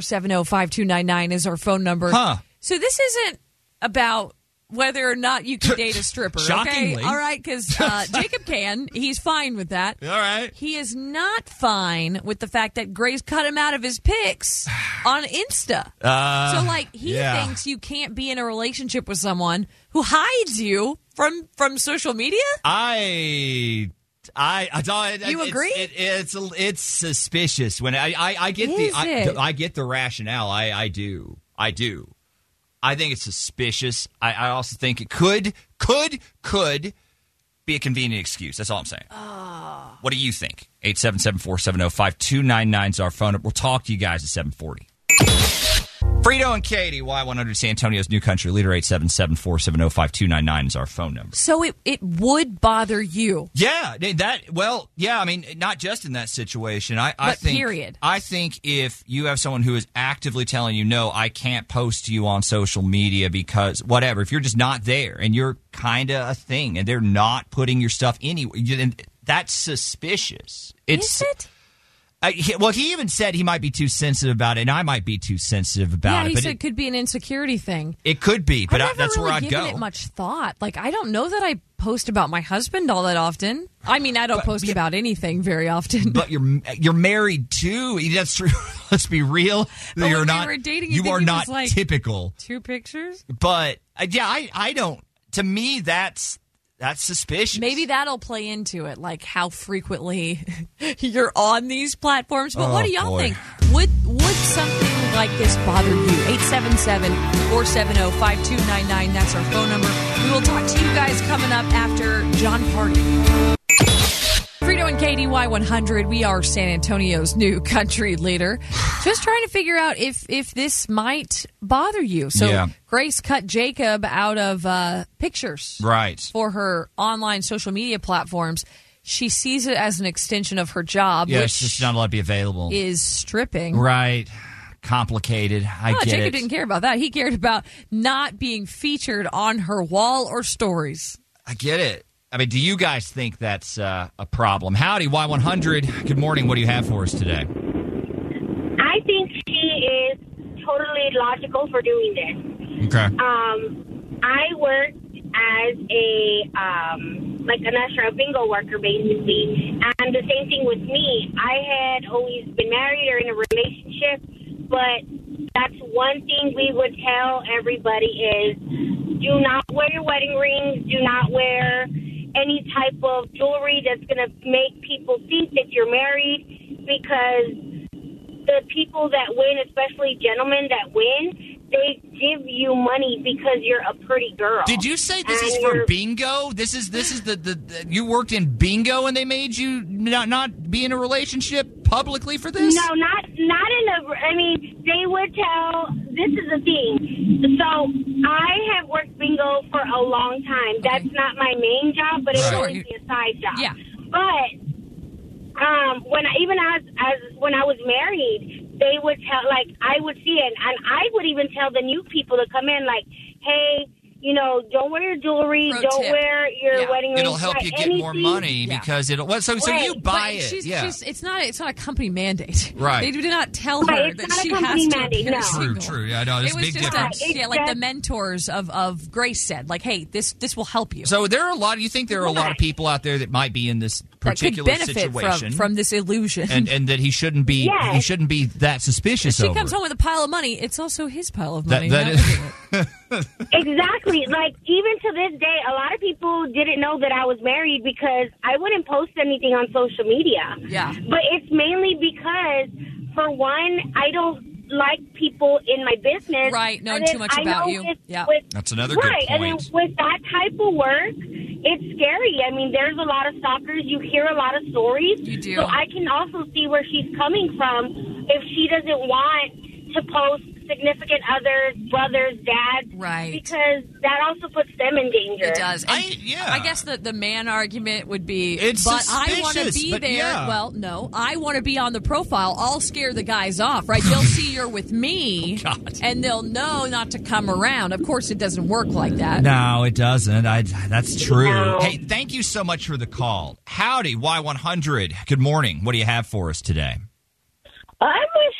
G: 877-470-5299 is our phone number.
D: Huh.
G: So this isn't about whether or not you can date a stripper.
D: Shockingly.
G: Okay? All right, because uh, Jacob can. He's fine with that. All
D: right.
G: He is not fine with the fact that Grace cut him out of his pics on Insta.
M: Uh,
G: so, like, he
M: yeah.
G: thinks you can't be in a relationship with someone who hides you from from social media?
D: I. I, I, don't-
G: You
D: it's-
G: agree?
D: It, it's it's suspicious when I I, I get the
G: Is
D: I,
G: it?
D: I get the rationale. I I do I do. I think it's suspicious. I, I also think it could could could be a convenient excuse. That's all I'm saying.
G: Ah.
D: What do you think? 877-470-5299 is our phone. We'll talk to you guys at 740. Frito and Katie, Y100 San Antonio's new country leader, 877 470 5299 is our phone number.
G: So it, it would bother you.
D: Yeah, they- that well, yeah. I mean, not just in that situation. I, I
G: But
D: think.
G: period.
D: I think if you have someone who is actively telling you, no, I can't post you on social media because whatever. If you're just not there and you're kind of a thing, and they're not putting your stuff anywhere, you- then that's suspicious. It's,
G: Is it?
D: I, he- well, he even said he might be too sensitive about it, and I might be too sensitive about
G: yeah,
D: it.
G: he
D: but
G: said
D: it,
G: it could be an insecurity thing.
D: it could be, but I
G: I've
D: that's
G: never really
D: where I'd
G: given
D: go.
G: it much thought. Like I don't know that I post about my husband all that often. I mean, I don't post about anything very often.
D: but you're you're married too. That's true. Let's be real.
G: But
D: you're
G: when we
D: not
G: Oh, were dating, I
D: you
G: think
D: are
G: he
D: not
G: was like-
D: typical.
G: Two pictures.
D: But uh, yeah, I I don't. To me, that's that's suspicious.
G: Maybe that'll play into it, like how frequently you're on these platforms. But what
D: Oh,
G: do y'all
D: boy.
G: think? Would would something like this bother you? oh, 877-470-5299. That's our phone number. We will talk to you guys coming up after John Party. Frito and Katie Y100, we are San Antonio's new country leader. Just trying to figure out if if this might bother you. So
D: Yeah.
G: Grace cut Jacob out of uh, pictures
D: Right.
G: for her online social media platforms. She sees it as an extension of her job,
D: Yeah, it's
G: which
D: just not allowed to be available.
G: is stripping.
D: Right. Complicated. I
G: No,
D: get
G: Oh, Jacob
D: it.
G: didn't care about that. He cared about not being featured on her wall or stories.
D: I get it. I mean, do you guys think that's uh, a problem? Howdy, Y100. Good morning. What do you have for us today?
M: I think she is totally logical for doing this.
D: Okay.
M: Um, I worked as a um, like an usher, a bingo worker, basically, and the same thing with me. I had always been married or in a relationship, but that's one thing we would tell everybody is do not wear your wedding rings, do not wear any type of jewelry that's going to make people think that you're married because the people that win, especially gentlemen that win, they give you money because you're a pretty girl.
D: Did you say this
M: And
D: is for
M: you're-
D: bingo? This is this is the, the, the you worked in bingo and they made you not not be in a relationship publicly for this?
M: No, not not in a. I mean, they would tell. This is the thing. So I have worked bingo for a long time. That's not my main job, but it's
G: Sure.
M: always be a side job.
G: Yeah.
M: But um, when I, even as as when I was married, they would tell like I would see it, and I would even tell the new people to come in like, hey. You know, don't wear your jewelry.
D: Pro
M: don't
D: tip.
M: wear your wedding ring.
D: It'll help you get more money because it'll. Well, so Oh, so you
M: Right,
D: buy
G: But
D: it,
G: she's
D: yeah.
G: just- it's not it's not a company mandate.
D: Right.
G: They do not tell
M: Right,
G: her
M: it's
G: that
M: not a
G: she
M: company
G: has to
M: mandate,
G: appear
M: no.
G: single.
D: True, true. Yeah, I know. There's
G: It
D: a
G: was
D: big
G: just
D: difference.
G: That, yeah, like the mentors of, of Grace said, like, hey, this this will help you.
D: So there are a lot. You think there are a lot of people out there that might be in this
G: that could
D: particular
G: benefit
D: situation
G: from, from this illusion.
D: and and that he shouldn't be
G: Yes.
D: he shouldn't be that
G: if
D: suspicious
G: she
D: over.
G: comes
D: it.
G: home with a pile of money, it's also his pile of
D: That-
G: money.
D: that
G: not
D: is-
G: hers.
M: Exactly. Like even to this day, a lot of people didn't know that I was married because I wouldn't post anything on social media.
G: Yeah.
M: But it's mainly because, for one, I don't like people in my business.
G: Right, knowing
M: And then
G: too much
M: I
G: about
M: know
G: you.
M: with-
G: Yeah.
M: with-
D: That's another good
M: right, and then
D: point.
M: with that type of work, it's scary. I mean, there's a lot of stalkers. You hear a lot of stories. You
G: do.
M: So I can also see where she's coming from if she doesn't want to post significant others, brothers, dads.
G: Right.
M: Because that also puts them in danger.
G: It does. I, yeah. I guess the, the man argument would be,
M: It's
G: but I want to
M: suspicious,
G: be
M: but
G: there.
M: yeah.
G: Well, no, I want to be on the profile. I'll scare the guys off, right? They'll see you're with me,
D: Oh,
G: and they'll know not to come around. Of course, it doesn't work like that.
D: No, it doesn't. I, that's true.
G: No.
D: Hey, thank you so much for the call. Howdy, Y100. Good morning. What do you have for us today?
N: I'm with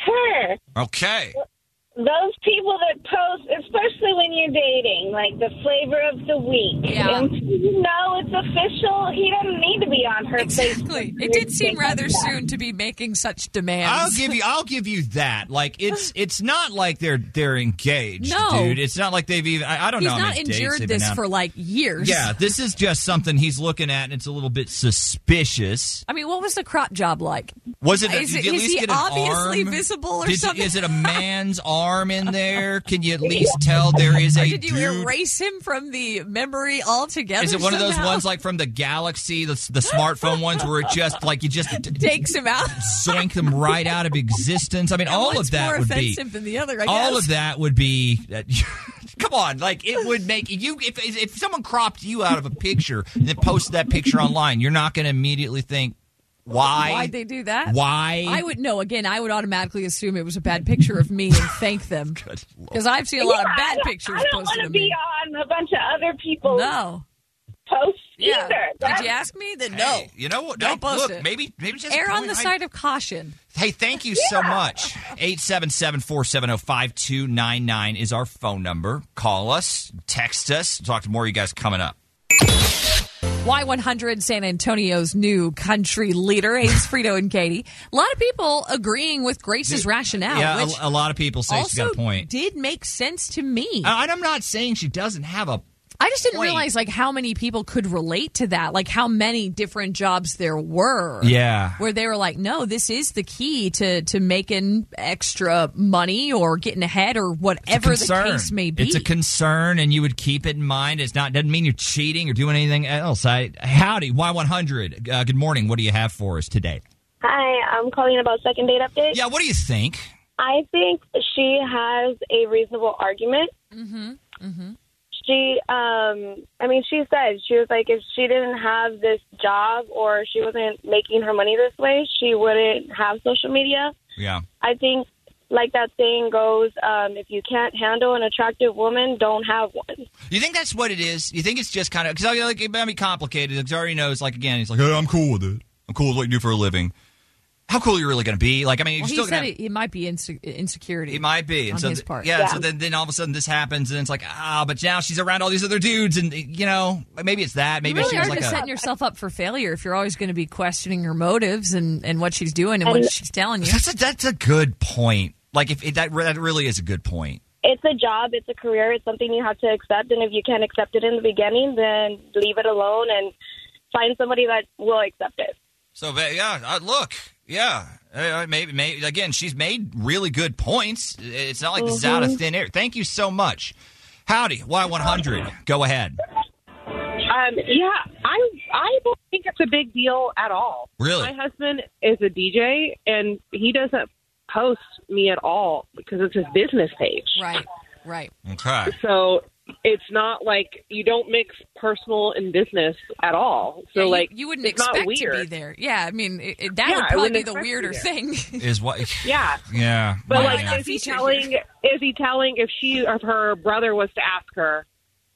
N: her.
D: Okay.
N: Those people that post, especially when you're dating, like the flavor of the week.
G: Yeah.
N: And you know it's official. He doesn't need to be on her
G: Exactly. It did seem rather soon to be making such demands.
D: I'll give you I'll give you that. Like it's it's not like they're they're engaged,
G: No.
D: dude. It's not like they've even I, I don't
G: He's
D: know. how
G: not
D: many dates
G: endured
D: they've been
G: this
D: out.
G: for like years.
D: Yeah, this is just something he's looking at and it's a little bit suspicious.
G: I mean, what was the crop job like?
D: Was it,
G: Uh, Is,
D: did
G: it-
D: you at
G: is
D: least
G: he
D: get an
G: obviously
D: arm?
G: visible or
D: Did you-
G: something?
D: Is it a man's arm in there? Can you at least tell there is
G: Or
D: a
G: did you hear
D: dude dude.
G: erase him from the memory altogether.
D: Is it one of those
G: somehow?
D: ones like from the Galaxy, the, the smartphone ones, where it just like you just
G: takes him out?
D: zoink them right out of existence? I mean, all
G: One's
D: of that
G: more
D: would be
G: offensive than the other. I
D: all
G: guess.
D: of that would be. come on, like it would make you if if someone cropped you out of a picture and then posted that picture online, you're not going to immediately think why
G: Why'd they do that?
D: Why?
G: I would know. Again, I would automatically assume it was a bad picture of me and thank them. Because I've seen a lot
N: Yeah,
G: of
N: I
G: bad
N: don't-
G: pictures
N: I don't
G: posted
N: wanna
G: of
N: be
G: me.
N: on a bunch of other people's
G: no.
N: posts
G: Yeah.
N: either.
G: Did you ask me? Then no.
D: you know what?
G: Don't
D: Hey,
G: post
D: look,
G: it.
D: maybe maybe just
G: Err on
D: point-
G: the
D: I-
G: side of caution.
D: Hey, thank you so
G: Yeah.
D: much. oh, 877-470-5299 is our phone number. Call us, text us, talk to more of you guys coming up.
G: Y100 San Antonio's new country leader, Ace Frito and Katie. A lot of people agreeing with Grace's rationale,
D: yeah,
G: which
D: a, a lot of people say she's
G: also
D: got a point.
G: did make sense to me.
D: I- and I'm not saying she doesn't have a
G: I just didn't
D: point.
G: realize like how many people could relate to that, like how many different jobs there were.
D: Yeah.
G: Where they were like, no, this is the key to to making extra money or getting ahead or whatever the
D: concern.
G: case may be.
D: It's a concern, and you would keep it in mind. It's not doesn't mean you're cheating or doing anything else. I, howdy, Y100. Uh, good morning. What do you have for us today?
N: Hi, I'm calling about second date update.
D: Yeah, what do you think?
N: I think she has a reasonable argument.
G: mm-hmm. Mm-hmm.
N: She, um, I mean, she said she was like, if she didn't have this job or she wasn't making her money this way, she wouldn't have social media.
D: Yeah.
N: I think, like that saying goes, um, if you can't handle an attractive woman, don't have one.
D: You think that's what it is? You think it's just kind of because like it might be complicated. Because already knows, like again, he's like, hey, I'm cool with it. I'm cool with what you do for a living. How cool are you really going to be? Like, I mean, you're
G: Well, he
D: still
G: said
D: going to.
G: it, it might be inse- insecurity.
D: It might be. And
G: on
D: so
G: his
D: th-
G: part.
D: Yeah, So then, then all of a sudden this happens, and it's like ah, but now she's around all these other dudes, and you know, maybe it's that. Maybe
G: you really
D: she
G: are
D: was like
G: just
D: a.
G: setting yourself up for failure if you're always going to be questioning her motives and, and what she's doing and what
N: And-
G: she's telling you.
D: that's a that's a good point. Like if it, that re- that really is a good point.
N: It's a job, it's a career, it's something you have to accept. And if you can't accept it in the beginning, then leave it alone and find somebody that will accept it.
D: So but, yeah, uh, look, yeah, uh, maybe, maybe again, she's made really good points. It's not like this is out of
O: Mm-hmm.
N: Mhm.
D: thin air. Thank you so much. Howdy, Y one hundred. Go ahead.
O: Um, yeah, I I don't think it's a big deal at all.
D: Really?
O: my husband is a DJ and he doesn't post me at all because it's his business page.
G: Right, right.
D: Okay.
O: So it's not like you don't mix personal and business at all. So
G: Yeah, you-
O: like
G: you, wouldn't
O: it's
G: expect
O: not weird.
G: to be there. Yeah, I mean it, it- that
O: Yeah,
G: would
O: I
G: probably
O: wouldn't
G: be the
O: expect you
G: weirder
O: there.
G: thing.
D: Is what?
O: Yeah.
D: Yeah.
O: But
D: yeah.
O: like, is he telling? Is he telling if she or her brother was to ask her,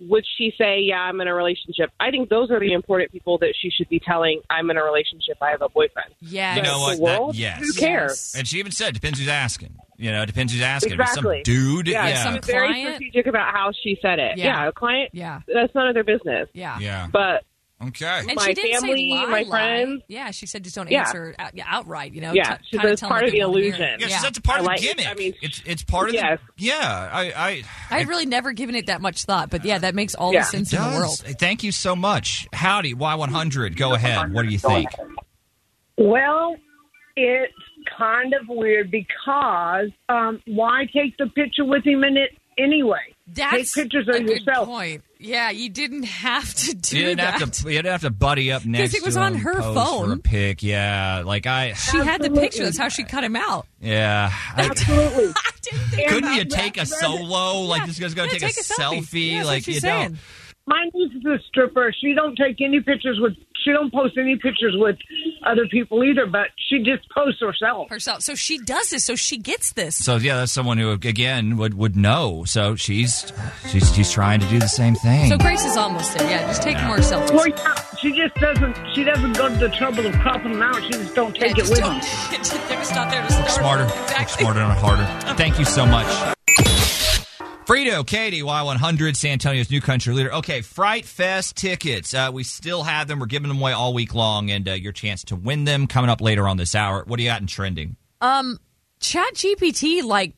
O: would she say, "Yeah, I'm in a relationship"? I think those are the important people that she should be telling. I'm in a relationship. I have a boyfriend.
G: Yeah.
D: you know what?
O: The
D: That-
O: world?
D: yes.
O: Who cares?
D: And she even said, depends who's asking. You know, depends who's asking. If it's
O: Exactly.
D: Some dude.
O: Yeah.
D: Yeah.
O: Some very strategic about how she said it.
D: Yeah.
O: Yeah. a client.
G: Yeah.
O: That's none of their business.
G: Yeah.
D: Yeah.
O: But
D: Okay.
G: And
O: my
G: she didn't
O: family,
G: say lie,
O: my
G: lie.
O: friends.
G: Yeah, she said just don't
O: Yeah.
G: answer out, yeah, outright. You know,
O: Yeah,
G: t-
O: she
G: kinda
O: says
G: tell
O: part
G: them
O: of the
G: they wanna hear it.
O: illusion.
D: Yeah, so that's a part
O: I
D: of
O: like-
D: the gimmick.
O: I mean,
D: it's it's part of
O: yes.
D: the yeah. I I,
G: I had really never given it that much thought, but yeah, that makes all the sense
D: It
G: in the
D: does.
G: world.
D: Thank you so much. Howdy, Y one hundred. Go ahead. What do you think?
P: Well, it's kind of weird because um, why take the picture with him in it anyway?
G: That's
P: take pictures of
G: a good
P: yourself.
G: point. Yeah, you didn't have to do
D: You didn't
G: that.
D: have to. You didn't have to buddy up next.
G: it was
D: to
G: on
D: him,
G: her
D: pose
G: phone.
D: for a pic. Yeah, like I.
G: she had the picture. That's how she cut him out.
D: Yeah. I-
P: Absolutely.
D: couldn't you take a solo? Like this guy's gonna
P: yeah,
D: take, a, selfie. like you don't.
P: My niece is a stripper. She don't take any pictures with. She don't post any pictures with other people either. But she just posts herself.
G: Herself. So she does this. So she gets this.
D: So yeah, that's someone who again would would know. So she's she's she's trying to do the same thing.
G: So Grace is almost there. Yeah, just take
D: Yeah.
G: more selfies.
P: Well, yeah, she just doesn't. She doesn't go to the trouble of cropping them out. She just don't take it with her.
G: Stop there. Just
D: smarter, smarter, not harder. Thank you so much. Frito, Katie, Y100, San Antonio's new country leader. Okay, Fright Fest tickets. Uh, we still have them. We're giving them away all week long, and uh, your chance to win them coming up later on this hour. What do you got in trending?
G: Um, Chat GPT like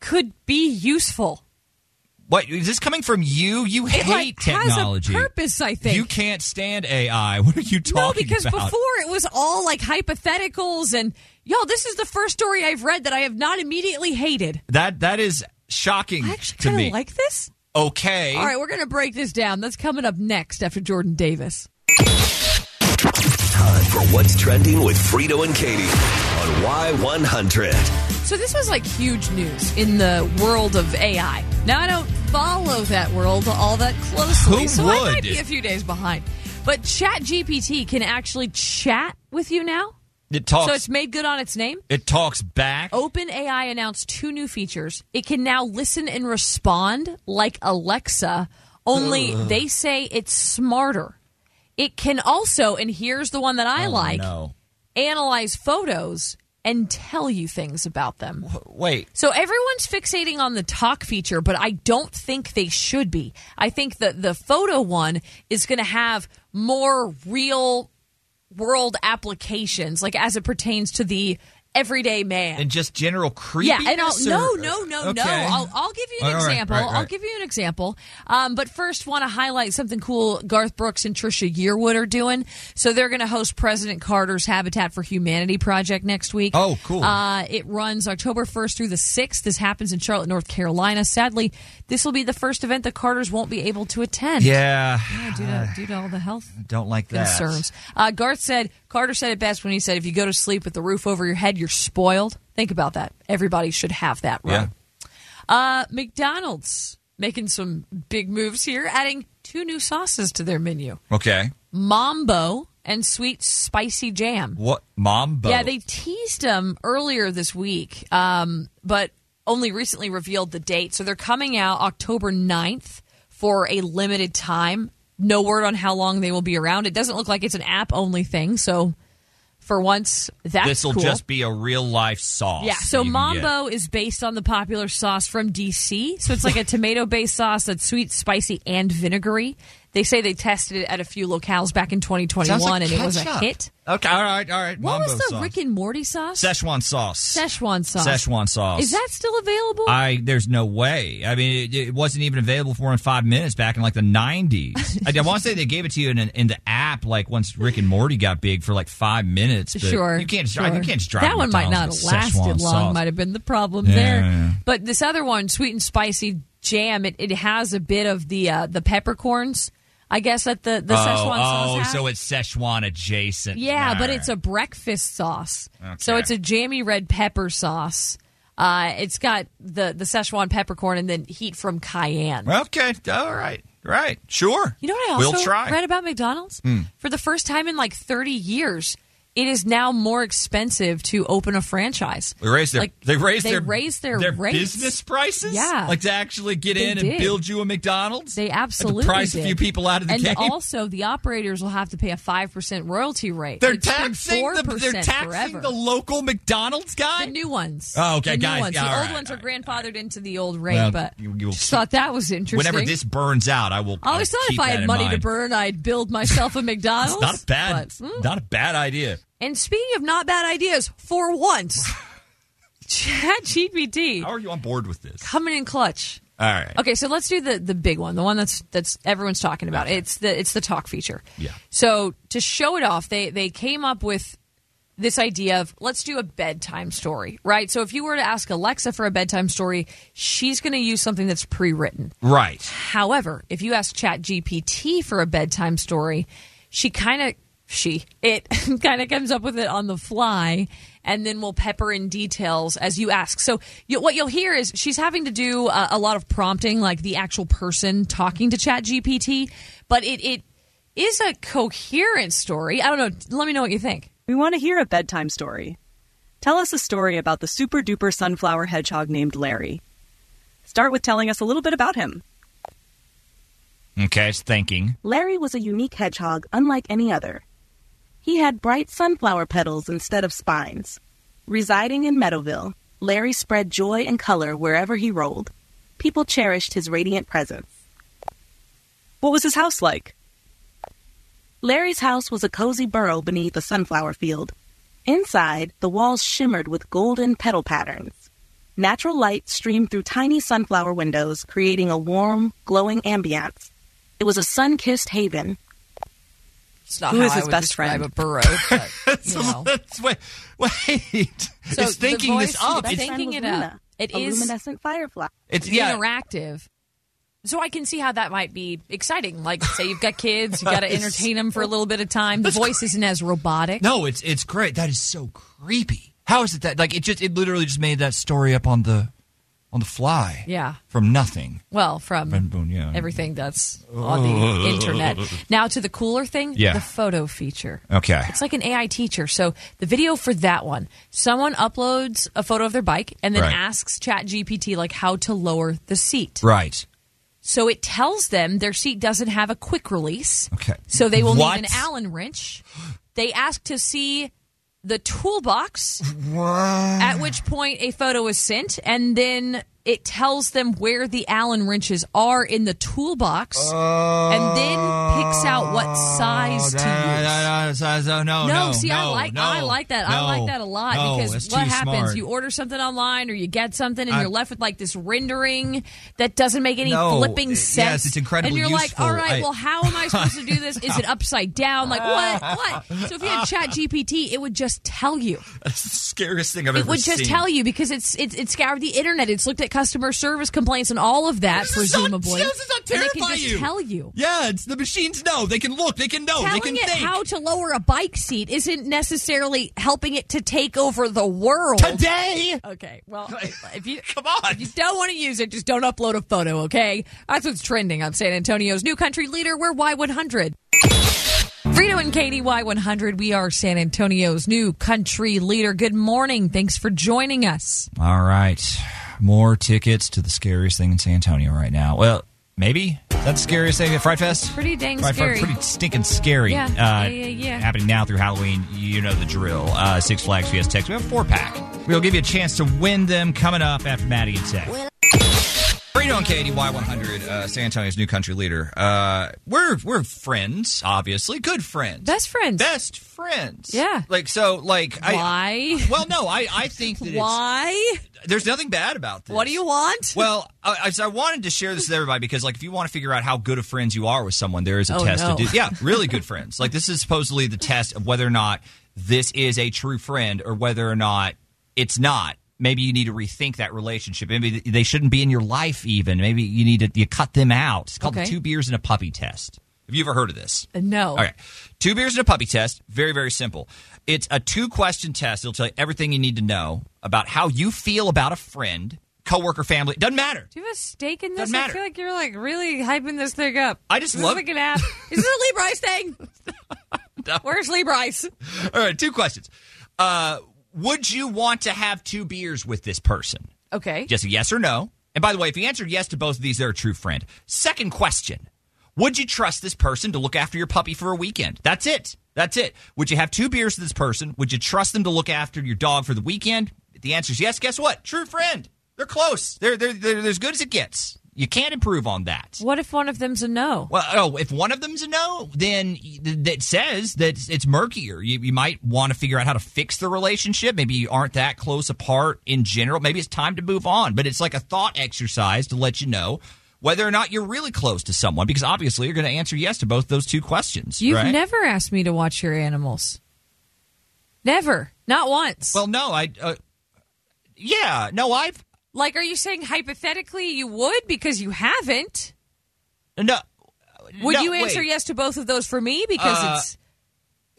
G: could be useful.
D: What is this coming from you? You
G: It
D: hate
G: like
D: technology.
G: has a purpose. I think
D: You can't stand AI. What are you talking
G: no, because
D: about?
G: before it was all like hypotheticals and yo, this is the first story I've read that I have not immediately hated.
D: that that is shocking
G: I actually
D: to
G: kind
D: me.
G: of like this.
D: Okay.
G: All right, we're going to break this down. That's coming up next after Jordan Davis.
A: Time for what's trending with Frito and Katie on Y100.
G: So this was like huge news in the world of AI. Now I don't follow that world all that closely,
Q: Who
G: so I might
Q: would?
G: be a few days behind. But ChatGPT can actually chat with you now.
D: It talks.
G: So it's made good on its name.
D: it talks back.
G: OpenAI announced two new features. It can now listen and respond like Alexa, only
D: Ugh.
G: they say it's smarter. It can also, and here's the one that I like,
D: Oh, No.
G: analyze photos and tell you things about them.
D: Wait.
G: So everyone's fixating on the talk feature, but I don't think they should be. I think that the photo one is going to have more real world applications, like as it pertains to the everyday man.
D: And just general creepy.
G: Yeah, and I'll, no, no, no, no. I'll, I'll give you an
D: All right,
G: example.
D: right,
G: I'll
D: right.
G: give you an example. Um, but first, want to highlight something cool Garth Brooks and Trisha Yearwood are doing. So they're going to host President Carter's Habitat for Humanity project next week.
Q: Oh, cool.
G: Uh, it runs October 1st through the 6th. This happens in Charlotte, North Carolina. Sadly, this will be the first event that Carters won't be able to attend.
D: Yeah.
G: Yeah, due to, due to all the health
D: Don't like that.
G: concerns. Uh, Garth said, Carter said it best when he said, if you go to sleep with the roof over your head, you're spoiled. Think about that. Everybody should have that.
Q: Yeah.
G: Right? Uh, McDonald's making some big moves here, adding two new sauces to their menu
D: Okay.
G: Mambo and Sweet Spicy Jam.
D: What? Mambo.
G: Yeah, they teased them earlier this week, um, but only recently revealed the date. So they're coming out October 9th for a limited time. No word on how long they will be around. It doesn't look like it's an app only thing. So for once, that's
D: This will
G: cool.
D: just be a real life sauce.
G: Yeah, so
D: you can get.
G: Mambo is based on the popular sauce from DC. So it's like a tomato based sauce that's sweet, spicy, and vinegary. They say they tested it at a few locales back in 2021
D: Sounds like
G: and it was a
D: ketchup.
G: hit.
D: Okay, all right, all right.
G: What
D: Mambo
G: was the
D: sauce.
G: Rick and Morty sauce?
D: Szechuan sauce?
G: Szechuan sauce.
D: Szechuan sauce.
G: Is that still available?
D: I there's no way. I mean, it, it wasn't even available for in five minutes back in like the '90s. I, want to say they gave it to you in, an- in the app, like once Rick and Morty got big for like five minutes. But
G: sure.
D: you can't.
G: sure.
D: You can't just drive.
G: That one might not have
D: McDonald's with
G: lasted long.
D: Szechuan sauce.
G: Might have been the problem
D: Yeah,
G: there.
D: yeah, yeah.
G: But this other one, sweet and spicy jam, it, it has a bit of the uh, the peppercorns. I guess that the the
D: oh,
G: Szechuan sauce.
D: oh,
G: has.
D: so it's Szechuan adjacent.
G: Yeah, but
D: Nah.
G: it's a breakfast sauce. So
D: Okay.
G: it's a jammy red pepper sauce. Uh, it's got the the Szechuan peppercorn and then heat from cayenne.
D: okay. All right, right, sure.
G: You know what I also
D: we'll try.
G: read about McDonald's?
D: Hmm.
G: For the first time in like 30 years, it is now more expensive to open a franchise.
D: They raised their- they raised
G: they
D: their-
G: raised their,
D: their
G: rates.
D: business prices?
G: Yeah.
D: Like to actually get
G: They
D: in
G: did.
D: and build you a McDonald's?
G: They absolutely
D: price a
G: did.
D: few people out of the
G: and
D: game?
G: also, the operators will have to pay a five percent royalty rate.
D: They're
G: It's been
D: taxing the- they're
G: 4%
D: taxing
G: forever.
D: the local McDonald's guy.
G: The new ones.
D: Oh, okay,
G: the new
D: guys,
G: Ones.
D: yeah,
G: the
D: all
G: old
D: right,
G: ones are grandfathered into the old rate,
D: Well,
G: but
D: you- you'll
G: just
D: see.
G: thought that was interesting.
D: Whenever this burns out, I will.
G: I always
D: I'll
G: thought if
D: keep
G: I
D: that
G: had
D: in
G: money to
D: mind.
G: burn, I'd build myself a McDonald's.
D: It's not a bad.
G: but, mm.
D: Not a bad idea.
G: And speaking of not bad ideas, for once, ChatGPT
D: How are you on board with this?
G: coming in clutch.
D: All right.
G: Okay, so let's do the the big one, the one that's that's everyone's talking about. It's the it's the talk feature.
D: Yeah.
G: So to show it off, they they came up with this idea of let's do a bedtime story, right? So if you were to ask Alexa for a bedtime story, she's going to use something that's pre-written.
D: Right.
G: However, if you ask ChatGPT for a bedtime story, she kind of she it kind of comes up with it on the fly and then we'll pepper in details as you ask. So you, what you'll hear is she's having to do uh, a lot of prompting like the actual person talking to ChatGPT, but it it is a coherent story. I don't know, let me know what you think.
R: We want to hear a bedtime story. Tell us a story about the super duper sunflower hedgehog named Larry. Start with telling us a little bit about him.
D: Okay, it's thinking.
S: Larry was a unique hedgehog unlike any other. He had bright sunflower petals instead of spines. Residing in Meadowville, Larry spread joy and color wherever he rolled. People cherished his radiant presence.
R: What was his house like?
S: Larry's house was a cozy burrow beneath a sunflower field. Inside, the walls shimmered with golden petal patterns. Natural light streamed through tiny sunflower windows, creating a warm, glowing ambiance. It was a sun kissed haven.
G: It's not
S: Who
G: how
S: is
G: I
S: his
G: would
S: best
G: describe
S: friend?
G: A burrow. But, you know.
D: wait, wait.
G: So
D: it's thinking
G: the
D: this
G: voice-
D: up.
G: It's
D: It's,
G: thinking it
S: Luna,
G: up. It
S: a
G: is
S: luminescent firefly.
D: It's- yeah.
G: interactive. So I can see how that might be exciting. Like, say you've got kids, you got to
D: It's-
G: entertain them for a little bit of time. The voice isn't as robotic.
D: No, it's it's great. That is so creepy. How is it that like it just it literally just made that story up on the on the fly
G: Yeah.
D: from nothing.
G: Well, from
D: Ben Boone, yeah.
G: everything that's on the internet. Now to the cooler thing,
D: Yeah.
G: the photo feature.
D: Okay.
G: It's like an AI teacher. So the video for that one, someone uploads a photo of their bike and then
D: Right.
G: asks Chat GPT like how to lower the seat.
D: Right.
G: So it tells them their seat doesn't have a quick release.
D: Okay.
G: So they will
D: What?
G: need an Allen wrench. They ask to see the toolbox. At which point a photo is sent and then it tells them where the Allen wrenches are in the toolbox and then picks out what
D: Oh,
G: size to use.
D: No, no,
G: No,
D: no,
G: see, I
D: no,
G: like
D: no,
G: I like that. I
D: no,
G: like that a lot
D: no,
G: because
D: that's
G: what
D: too
G: happens?
D: smart.
G: You order something online or you get something, and
D: I-
G: you're left with like this rendering that doesn't make any
D: No,
G: flipping
D: it- yes,
G: sense.
D: it's incredibly
G: And you're like,
D: useful.
G: all right,
D: I-
G: well, how am I supposed to do this? Is it upside down? Like what? What? So if you had Chat GPT, it would just tell you.
D: That's the scariest thing I've
G: It
D: ever
G: would just
D: seen.
G: tell you because it's it's it's scoured the internet. It's looked at customer service complaints and all of that,
D: This is not-
G: presumably.
D: this is not
G: and it
D: terrify
G: can just
D: you.
G: tell you.
D: Yeah, it's the machines know. They can look. They can know.
G: Telling
D: they can
G: it
D: think.
G: how to lower a bike seat isn't necessarily helping it to take over the world
D: Today!
G: Okay, well, if you come on, if you don't want to use it, just don't upload a photo. Okay, that's what's trending on San Antonio's new country leader. We're Y one hundred. Frito and Katie Y100, we are San Antonio's new country leader. Good morning. Thanks for joining us.
D: All right. More tickets to the scariest thing in San Antonio right now. Well, maybe. That's the scariest thing at Fright Fest?
G: Pretty dang
D: Fright Fest,
G: scary.
D: pretty stinking scary.
G: Yeah,
D: Uh,
G: yeah, yeah, yeah.
D: Happening now through Halloween. You know the drill. Uh, Six Flags Fiesta Tex. We have a four pack. We'll give you a chance to win them coming up after Maddie and Tech. Brito and Katie, Y100, uh, San Antonio's new country leader. Uh, we're we're friends, obviously, good friends,
G: best friends,
D: best friends.
G: Yeah.
D: Like so, like
G: Why?
D: I. Well, no, I I think that it's-
G: Why?
D: there's nothing bad about this.
G: What do you want?
D: Well, I, I- I wanted to share this with everybody because, like, if you want to figure out how good of friends you are with someone, there is a
Q: Oh,
D: test
Q: no.
D: to do. Yeah, really good friends. Like, this is supposedly the test of whether or not this is a true friend or whether or not it's not. Maybe you need to rethink that relationship. Maybe they shouldn't be in your life. Even maybe you need to you cut them out. It's called
G: Okay.
D: the two beers and a puppy test. Have you ever heard of this?
G: Uh, No.
D: All right. Two beers and a puppy test. Very, very simple. It's a two question test. It'll tell you everything you need to know about how you feel about a friend, coworker, family. It doesn't matter.
G: Do you have a stake in this?
D: Doesn't
G: I
D: matter.
G: feel like you're like really hyping this thing up.
D: I just
G: Is
D: love-
G: this like an app. Is this a Lee Bryce thing? Where's Lee Bryce?
D: All right. Two questions. Uh, would you want to have two beers with this person?
G: Okay.
D: Just a yes or no. And by the way, if you answered yes to both of these, they're a true friend. Second question Would you trust this person to look after your puppy for a weekend? That's it. That's it. Would you have two beers with this person? Would you trust them to look after your dog for the weekend? If the answer is yes, guess what? True friend. They're close. They're, they're, they're, they're as good as it gets. You can't improve on that.
G: What if one of them's a no?
D: Well, oh, if one of them's a no, then y- th- that says that it's- it's murkier. You, you might want to figure out how to fix the relationship. Maybe you aren't that close apart in general. Maybe it's time to move on. But it's like a thought exercise to let you know whether or not you're really close to someone, because obviously you're going to answer yes to both those two questions.
G: You've
D: right?
G: never asked me to watch your animals. Never. Not once.
D: Well, no, I. Uh, yeah, no, I've
G: Like, are you saying hypothetically you would because you haven't?
D: no.
G: Would
D: no,
G: you answer
D: wait.
G: yes to both of those for me because
D: Uh,
G: it's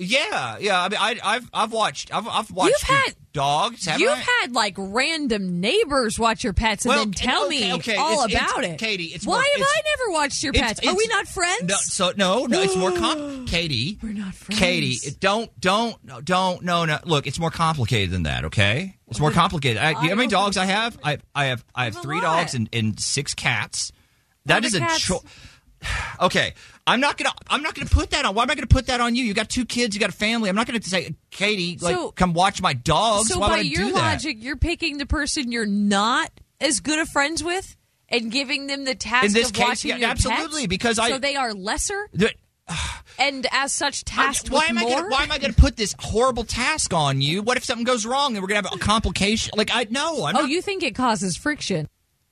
D: Yeah, yeah. I mean, I, I've I've watched I've I've watched
G: You've had-
D: dogs. haven't
G: you've
D: I?
G: had like random neighbors watch your pets and
D: Well,
G: then tell
D: okay,
G: me
D: okay,
G: all
D: it's- it's-
G: about it.
D: Katie, it's
G: why
D: more-
G: have
D: it's-
G: I never watched your
D: it's-
G: pets? Are we
D: it's-
G: not friends?
D: No, so no, no, it's more com Katie. We're
G: not friends.
D: Katie, don't don't no, don't no no. Look, it's more complicated than that. Okay, it's more complicated. I, you know how many dogs I have? I I have I have three dogs and, and six cats. That
G: the
D: is a
G: cats-
D: choice. Okay, I'm not gonna I'm not gonna put that on. Why am I gonna put that on you? You got two kids, you got a family. I'm not gonna say, Katie, like
G: So-
D: come watch my dogs.
G: So
D: Why
G: by
D: would I
G: your
D: do that?
G: logic, you're picking the person you're not as good of friends with and giving them the task
D: In this
G: of
D: case,
G: watching
D: yeah,
G: your
D: absolutely,
G: pets?
D: because I-
G: so they are lesser
D: The-
G: and as such
D: I'm-
G: tasked
D: why
G: with
D: am I
G: more.
D: gonna, why am I going to put this horrible task on you? What if something goes wrong and we're going to have a complication? Like I no, I'm
G: oh,
D: not.
G: you think it causes friction?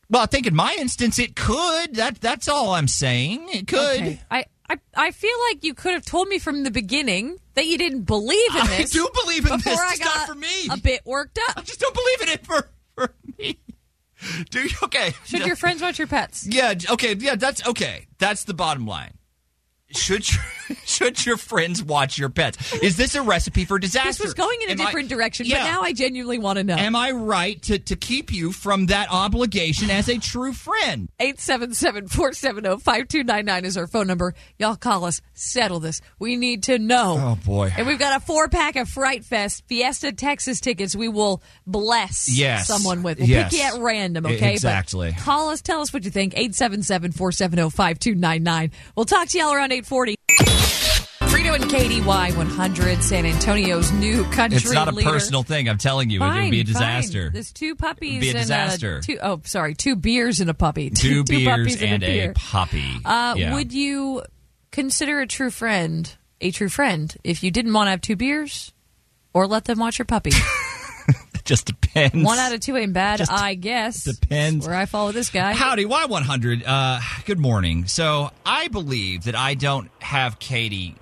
D: well, I think in my instance it could. That that's all I'm saying. It could.
G: Okay. I, I I feel like you could have told me from the beginning that you didn't believe in
D: I
G: this.
D: do believe in this.
G: before I
D: It's not
G: got
D: for me.
G: A bit worked up. I
D: just don't believe in it for for me. Do you okay?
G: Should your friends watch your pets?
D: Yeah. j- Okay. Yeah. That's okay. That's the bottom line. Should your, should your friends watch your pets? Is this a recipe for disaster?
G: This was going in a
D: Am I-
G: different direction,
D: Yeah.
G: but now I genuinely want to know.
D: Am I right to, to keep you from that obligation as a true friend?
G: oh, 877-470-5299 is our phone number. Y'all call us. Settle this. We need to know.
D: Oh, boy.
G: And we've got a four-pack of Fright Fest Fiesta Texas tickets we will bless
D: Yes.
G: someone with. We'll
D: Yes.
G: pick you at random,
D: E-
G: okay?
D: exactly.
G: But call us. Tell us what you think. oh, 877-470-5299. We'll talk to y'all around 840. Frito and Katie Y100, San Antonio's new country
D: It's not a
G: leader.
D: personal thing. I'm telling you, it
G: Fine,
D: would be a
G: fine.
D: disaster.
G: There's two puppies
D: be a
G: and
D: disaster.
G: A, two, oh, sorry, two beers and a puppy.
D: Two, beers
G: puppies
D: and,
G: a,
D: a,
G: beer.
D: puppy.
G: Uh,
D: Yeah.
G: Would you consider a true friend a true friend if you didn't want to have two beers or let them watch your puppy?
D: just depends.
G: One out of two ain't bad,
D: Just
G: I guess.
D: depends.
G: Where I follow this guy.
D: Howdy, Y100. Uh, good morning. So I believe that I don't have Katie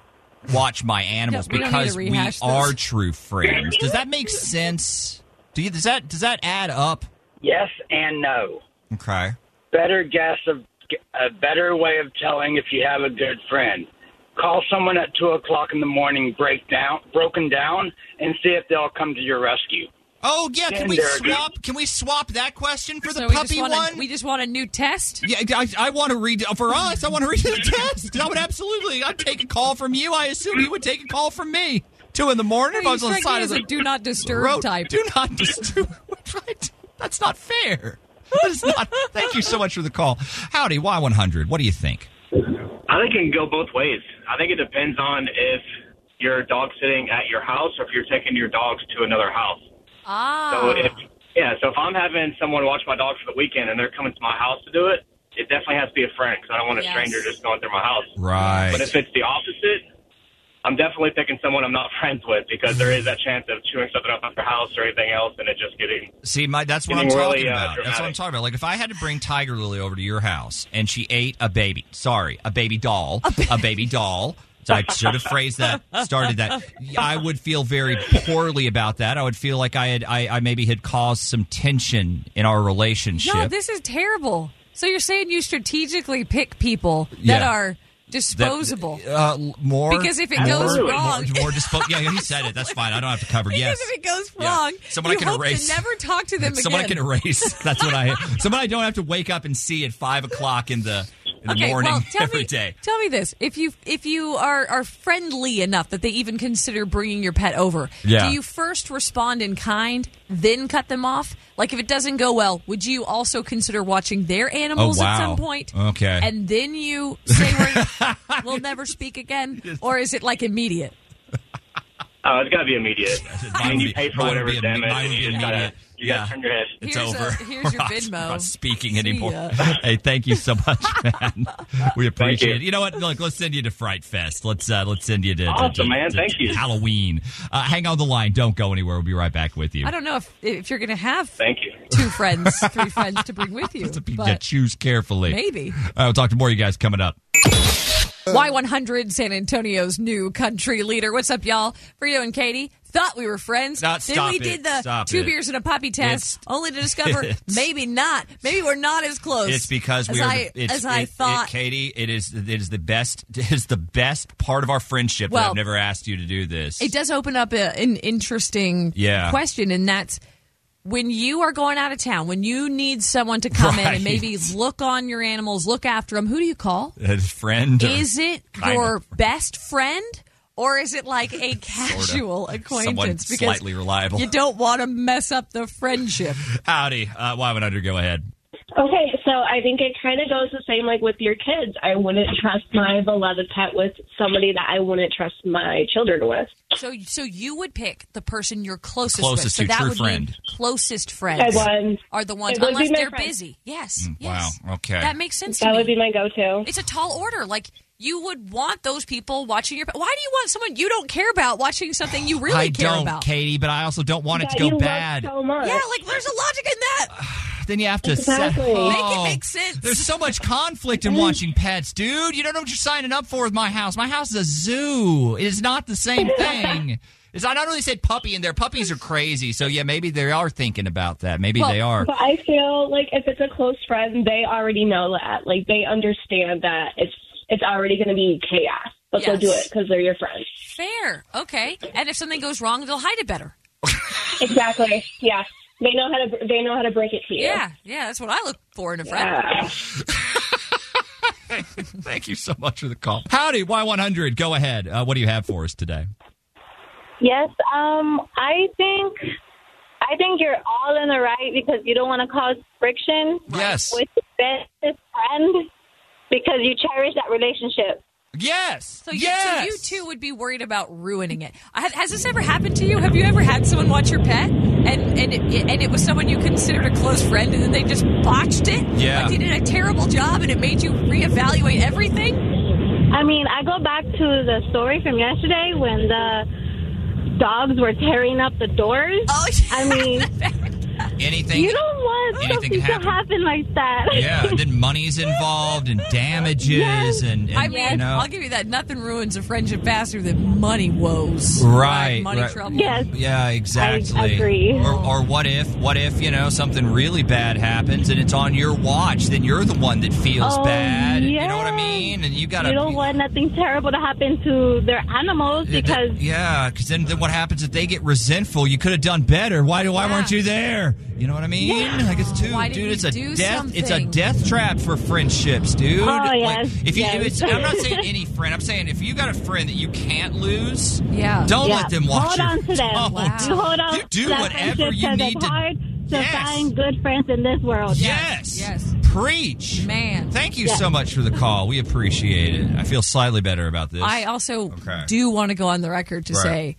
D: watch my animals
G: No, we don't need to
D: because we
G: rehash this.
D: are true friends. Does that make sense? Do you, does that does that add up?
Q: Yes and no.
D: Okay.
Q: Better guess of a better way of telling if you have a good friend. Call someone at two o'clock in the morning, break down, broken down, and see if they'll come to your rescue.
D: Oh yeah, can
Q: Then
D: we
Q: they're good.
D: swap? Can we swap that question for the
G: So we just
D: puppy
G: want a-
D: one?
G: we just want a new test.
D: Yeah, I, I want to read for us. I want to read the test. I would absolutely. I'd take a call from you. I assume you would take a call from me. Two in the morning. if I
G: You
D: was on the
G: strike me
D: side of
G: as
D: the
G: a do not disturb
D: road.
G: type.
D: Do not disturb. Right? That's not fair. That is not. Thank you so much for the call. Howdy, Y one hundred. What do you think?
T: I think it can go both ways. I think it depends on if you're dog sitting at your house or if you're taking your dogs to another house. So
C: Oh.
G: Ah.
T: if yeah, so if I'm having someone watch my dog for the weekend and they're coming to my house to do it, it definitely has to be a friend because I don't want a
G: Yes.
T: stranger just going through my house.
D: Right.
T: But if it's the opposite, I'm definitely picking someone I'm not friends with because there is that chance of chewing something up at their house or anything else and it just getting
D: See, my that's what I'm
T: Getting
D: talking
T: really, uh,
D: about. That's what I'm
T: dramatic.
D: talking about. Like if I had to bring Tiger Lily over to your house and she ate a baby, sorry, a baby doll, a, baby doll. So I should have phrased that, started that. I would feel very poorly about that. I would feel like I had, I, I maybe had caused some tension in our relationship.
G: No, this is terrible. So you're saying you strategically pick people that
D: Yeah.
G: are
D: That-
G: disposable.
D: uh, l- more
G: Because if it goes
D: more-
G: wrong-
D: more, more dispo- Yeah, yeah, he said it. That's fine. I don't have to cover. Yes,
G: If it goes
D: Yeah.
G: wrong,
D: Someone I
G: you
D: can
G: hope
D: erase.
G: to never talk to them again.
D: someone I can erase. That's what I. Someone I don't have to wake up and see at five o'clock in the in the
G: okay,
D: morning
G: well, tell
D: every
G: me,
D: day.
G: Tell me this: if you if you are are friendly enough that they even consider bringing your pet over,
D: Yeah.
G: do you first respond in kind, then cut them off? Like if it doesn't go well, would you also consider watching their animals at
D: Oh, wow.
G: some point?
D: Okay.
G: and then you say we're, we'll never speak again, or is it like immediate?
T: Oh, it's got to be immediate. I mean,
D: would
T: you
D: be-
T: pay for
D: mine would
T: whatever
D: be imme-
T: damage.
D: mine
T: and
D: would be
T: you just gotta,
D: immediate.
T: you gotta
D: Yeah.
T: turn your head.
D: It's
G: Here's a-
D: over.
G: here's
D: We're
G: your
D: not-
G: Venmo.
D: we're not speaking anymore.
G: ya.
D: hey, thank you so much, man. We appreciate
T: you.
D: it. You know what? Look, let's send you to Fright Fest. Let's uh, let's send you to, to-
T: Awesome,
D: to-
T: man.
D: to-
T: Thank
D: to
T: you.
D: Halloween. Uh, hang on the line. Don't go anywhere. We'll be right back with you.
G: I don't know if if you're going to have
T: Thank you.
G: two friends, three friends to bring with you.
D: yeah,
G: But
D: choose carefully.
G: maybe.
D: All right, we'll talk to more of you guys coming up.
G: Y100, San Antonio's new country leader. What's up, y'all? Frito and Katie thought we were friends.
D: Not-
G: then
D: stop
G: we
D: it.
G: did the
D: Stop
G: two
D: it.
G: beers and a puppy test,
D: It's-
G: only to discover
D: it's-
G: maybe not. Maybe we're not as close.
D: It's because
G: as
D: we are.
G: I,
D: it's,
G: as I
D: it- it-
G: thought.
D: Katie. It is. It is the best. It is the best part of our friendship. that
G: Well-
D: I've never asked you to do this.
G: It does open up a, an interesting
D: Yeah.
G: question, and that's when you are going out of town, when you need someone to come in
D: Right.
G: and maybe look on your animals, look after them, who do you call?
D: A friend. or
G: Is it
D: kind
G: your
D: of
G: best friend? Or is it like a casual
D: someone
G: acquaintance?
D: slightly reliable?
G: you don't want to mess up the friendship.
D: Howdy. Uh, why would I go ahead?
U: Okay, so I think it kind of goes the same like with your kids. I wouldn't trust my beloved pet with somebody that I wouldn't trust my children with.
G: So, so you would pick the person you're closest, with.
D: Closest
G: So
D: to
G: that
D: true
G: would
D: friend.
G: mean closest friends are the ones
U: It would be
G: unless
U: my
G: they're
U: friend.
G: busy. Yes, yes.
D: Wow. Okay.
G: That makes sense.
U: That
G: to
U: would
G: me.
U: be my go-to.
G: It's a tall order. Like you would want those people watching your. Why do you want someone you don't care about watching something you really
D: I
G: care
D: don't,
G: about?
D: Katie, but I also don't want it
G: That
D: to go
G: you love
D: bad.
G: so much. Yeah, like, there's a logic in that.
D: then you have to
G: Exactly.
D: se-
G: Make it make sense.
D: "Oh, There's so much conflict in watching pets, dude. You don't know what you're signing up for with my house. My house is a zoo. It is not the same thing. It's- I not only said puppy in there. Puppies are crazy. So yeah, maybe they are thinking about that. Maybe
U: Well,
D: they are.
U: But I feel like if it's a close friend, they already know that. Like they understand that it's it's already going to be chaos, but they'll do it
G: Yes.
U: because they're your friends.
G: Fair. Okay. And if something goes wrong, they'll hide it better.
U: exactly. Yeah. They know how to they know how to break it to you.
G: Yeah. Yeah. That's what I look for in a friend.
U: Yeah.
D: Thank you so much for the call. Howdy, Y100. Go ahead. Uh, what do you have for us today?
C: Yes, um, I think I think you're all in the right because you don't want to cause friction.
D: Yes.
C: With your bestest friend because you cherish that relationship.
D: Yes.
G: So, you, so you too would be worried about ruining it. Ha- Has this ever happened to you? Have you ever had someone watch your pet and and it, and it was someone you considered a close friend and then they just botched it?
C: Yeah.
G: Like they did a terrible job and it made you reevaluate everything?
C: I mean, I go back to the story from yesterday when the dogs were tearing up the doors.
G: Oh,
C: I mean,
D: Anything?
C: you don't want
D: Anything
C: something
D: can
C: to
D: happen.
C: happen. like that.
D: Yeah. And then money's involved and damages and, and
G: I mean,
D: you know.
G: I'll give you that. Nothing ruins a friendship faster than money woes.
D: Right,
G: Money
D: right.
G: trouble.
D: Yeah, exactly.
G: agree.
D: Or, or what if, what if you know something really bad happens and it's on your watch? Then you're the one that feels
C: Oh,
D: bad. You know what I
C: yes.
D: mean? And you gotta
C: you don't want nothing terrible to happen to their animals because
D: Yeah, because then, then what happens if they get resentful? You could have done better. Why do why weren't you there? You know what I mean?
C: Yeah.
D: Like it's too,
C: Why
D: dude.
C: didn't
D: It's
C: you
D: a
C: do
D: death. It's a
C: something?
D: death trap for friendships, dude.
C: Oh,
D: Like,
C: yes,
D: if you,
C: yes.
D: if it's, I'm not saying any friend. I'm saying if you got a friend that you can't lose,
C: Yeah.
D: don't
C: Yeah.
D: let them watch
C: Hold
D: your-
C: on to them.
D: Don't.
C: Wow. You hold on
D: You do
C: to that
D: whatever
C: friendship
D: you
C: 'cause
D: need
C: it's
D: to.
C: hard to find good friends in this world.
D: Yes.
G: Yes.
D: Preach.
G: Man.
D: Thank you
G: Yeah.
D: so much for the call. We appreciate it. I feel slightly better about this.
G: I also
D: Okay.
G: do want to go on the record to
D: Right.
G: say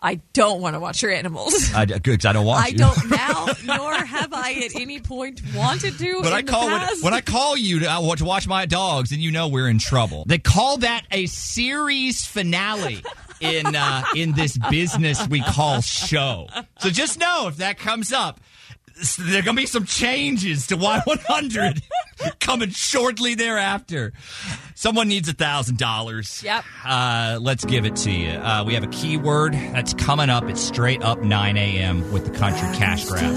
G: I don't want to watch your animals.
D: I, good, 'cause I don't want
G: I
D: you.
G: don't now, Oh, nor have I at any point wanted to.
D: But
G: in
D: I call
G: the
D: when,
G: past.
D: when I call you to, uh, wa- to watch my dogs, and you know we're in trouble. They call that a series finale in uh, in this business we call show. So just know if that comes up, s- there are gonna be some changes to Y one hundred coming shortly thereafter. Someone needs a thousand dollars.
G: Yep.
D: Uh, let's give it to you. Uh, we have a keyword that's coming up. It's straight up nine a.m. with the country cash grab.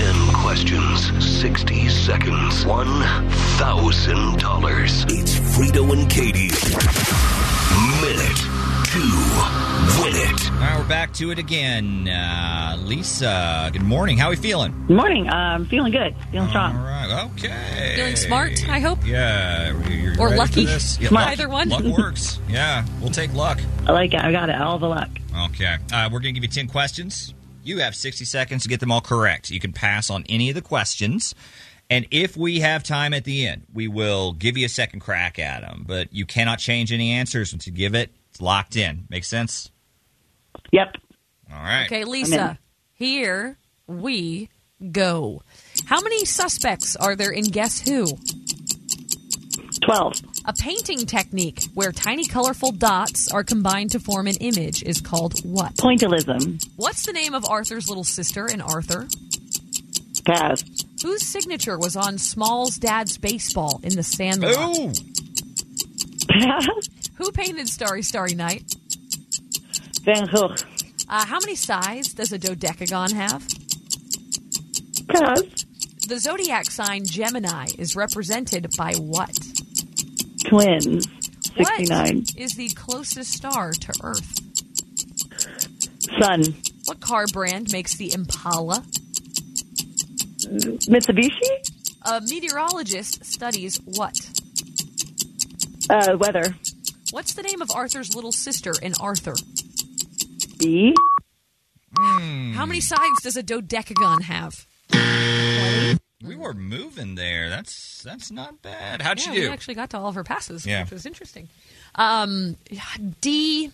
A: 10 questions, 60 seconds, $1,000. It's Frito and Katie. Minute to win it.
D: All right, we're back to it again. Uh, Lisa, good morning. How are we feeling?
V: Morning. Um, feeling good. Feeling strong.
D: All right. Okay.
G: Feeling smart, I hope.
D: Yeah. you're
G: Or
D: ready
G: lucky.
D: for this? Yeah,
V: Smart.
D: lucky.
V: Either one.
D: Luck works. Yeah, we'll take luck.
V: I like it. I got it. All the luck.
D: Okay. Uh, we're going to give you 10 questions. You have 60 seconds to get them all correct. You can pass on any of the questions. And if we have time at the end, we will give you a second crack at them. But you cannot change any answers once you give it. It's locked in. Make sense?
V: Yep.
D: All right.
G: Okay, Lisa, here we go. How many suspects are there in Guess Who?
V: 12.
G: A painting technique where tiny colorful dots are combined to form an image is called what?
V: Pointillism.
G: What's the name of Arthur's little sister in Arthur?
V: Pass.
G: Whose signature was on Small's dad's baseball in the Sandlot?
D: Ooh.
G: Who painted Starry Starry Night?
V: Van Gogh.
G: Uh, how many sides does a dodecagon have?
V: Pass.
G: The zodiac sign Gemini is represented by what?
V: Twins.
G: What
V: 69.
G: is the closest star to Earth?
V: Sun.
G: What car brand makes the Impala?
V: Mitsubishi?
G: A meteorologist studies what?
V: Uh, weather.
G: What's the name of Arthur's little sister in Arthur?
V: B.
D: Hmm.
G: How many sides does a dodecagon have?
D: We were moving there. That's that's not bad. How'd
G: Mm-hmm. yeah,
D: you
G: We
D: do?
G: actually got to all of her passes,
D: Yeah.
G: which was interesting. Um, D.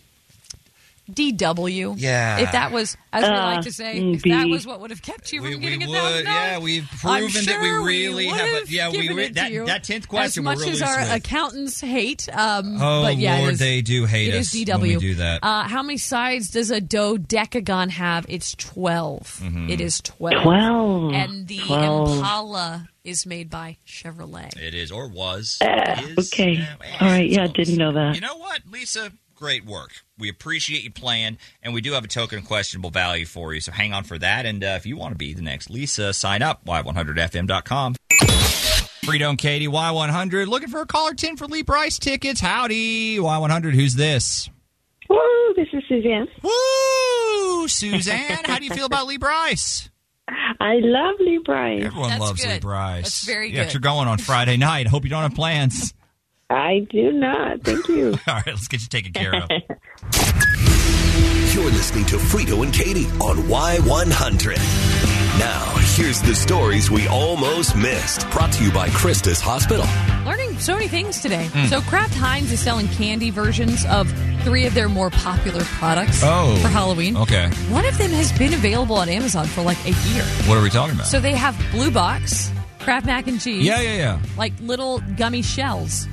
G: DW.
D: Yeah.
G: If that was, as we
D: Uh,
G: like to say,
E: mm,
G: if
D: D.
G: that was what would have kept you from getting a thousand
D: yeah, we've proven that we really have. A, yeah, we
G: given
D: re-
G: it to
D: that
G: you
D: that tenth
G: As
D: question.
G: much
D: we're really
G: as our uh,
D: slick.
G: accountants hate, um,
D: Oh,
G: but yeah, it
D: Lord,
G: is-
D: they do hate
G: it
D: us
G: is DW.
D: when we do that.
G: Uh, how many sides does a dodecagon have? It's 12
D: Mhm.
G: It is twelve.
V: 12.
G: And the
V: 12.
G: Impala is made by Chevrolet.
D: It is or was.
V: Uh,
D: Is.
V: okay. All right. Yeah, I didn't know that.
D: You know what, Lisa? great work. We appreciate you playing, and we do have a token of questionable value for you. So hang on for that. And uh, if you want to be the next Lisa, sign up, y100fm.com. Frito and Katie, Y100. Looking for a caller 10 for Lee Bryce tickets. Howdy, Y100. Who's this?
E: Woo, this is Suzanne.
D: Woo, Suzanne. How do you feel about Lee Bryce?
E: I love Lee Bryce.
D: Everyone
E: That's
D: loves Lee
E: good.
D: Bryce.
E: That's very
D: yeah,
E: good.
D: you're going on Friday night. I hope you don't have plans.
E: I do not. Thank you.
D: All right, let's get you taken care of.
A: You're listening to Frito and Katie on Y100. Now, here's the stories we almost missed. Brought to you by Christus Hospital.
G: Learning so many things today.
D: Hmm.
A: Mm.
G: So, Kraft Heinz is selling candy versions of three of their more popular products
D: Oh.
G: for Halloween.
D: Okay.
G: One of them has been available on Amazon for like a year.
D: What are we talking about?
G: So, they have Blue Box, Kraft Mac and Cheese.
D: Yeah, yeah, yeah.
G: Like little gummy shells.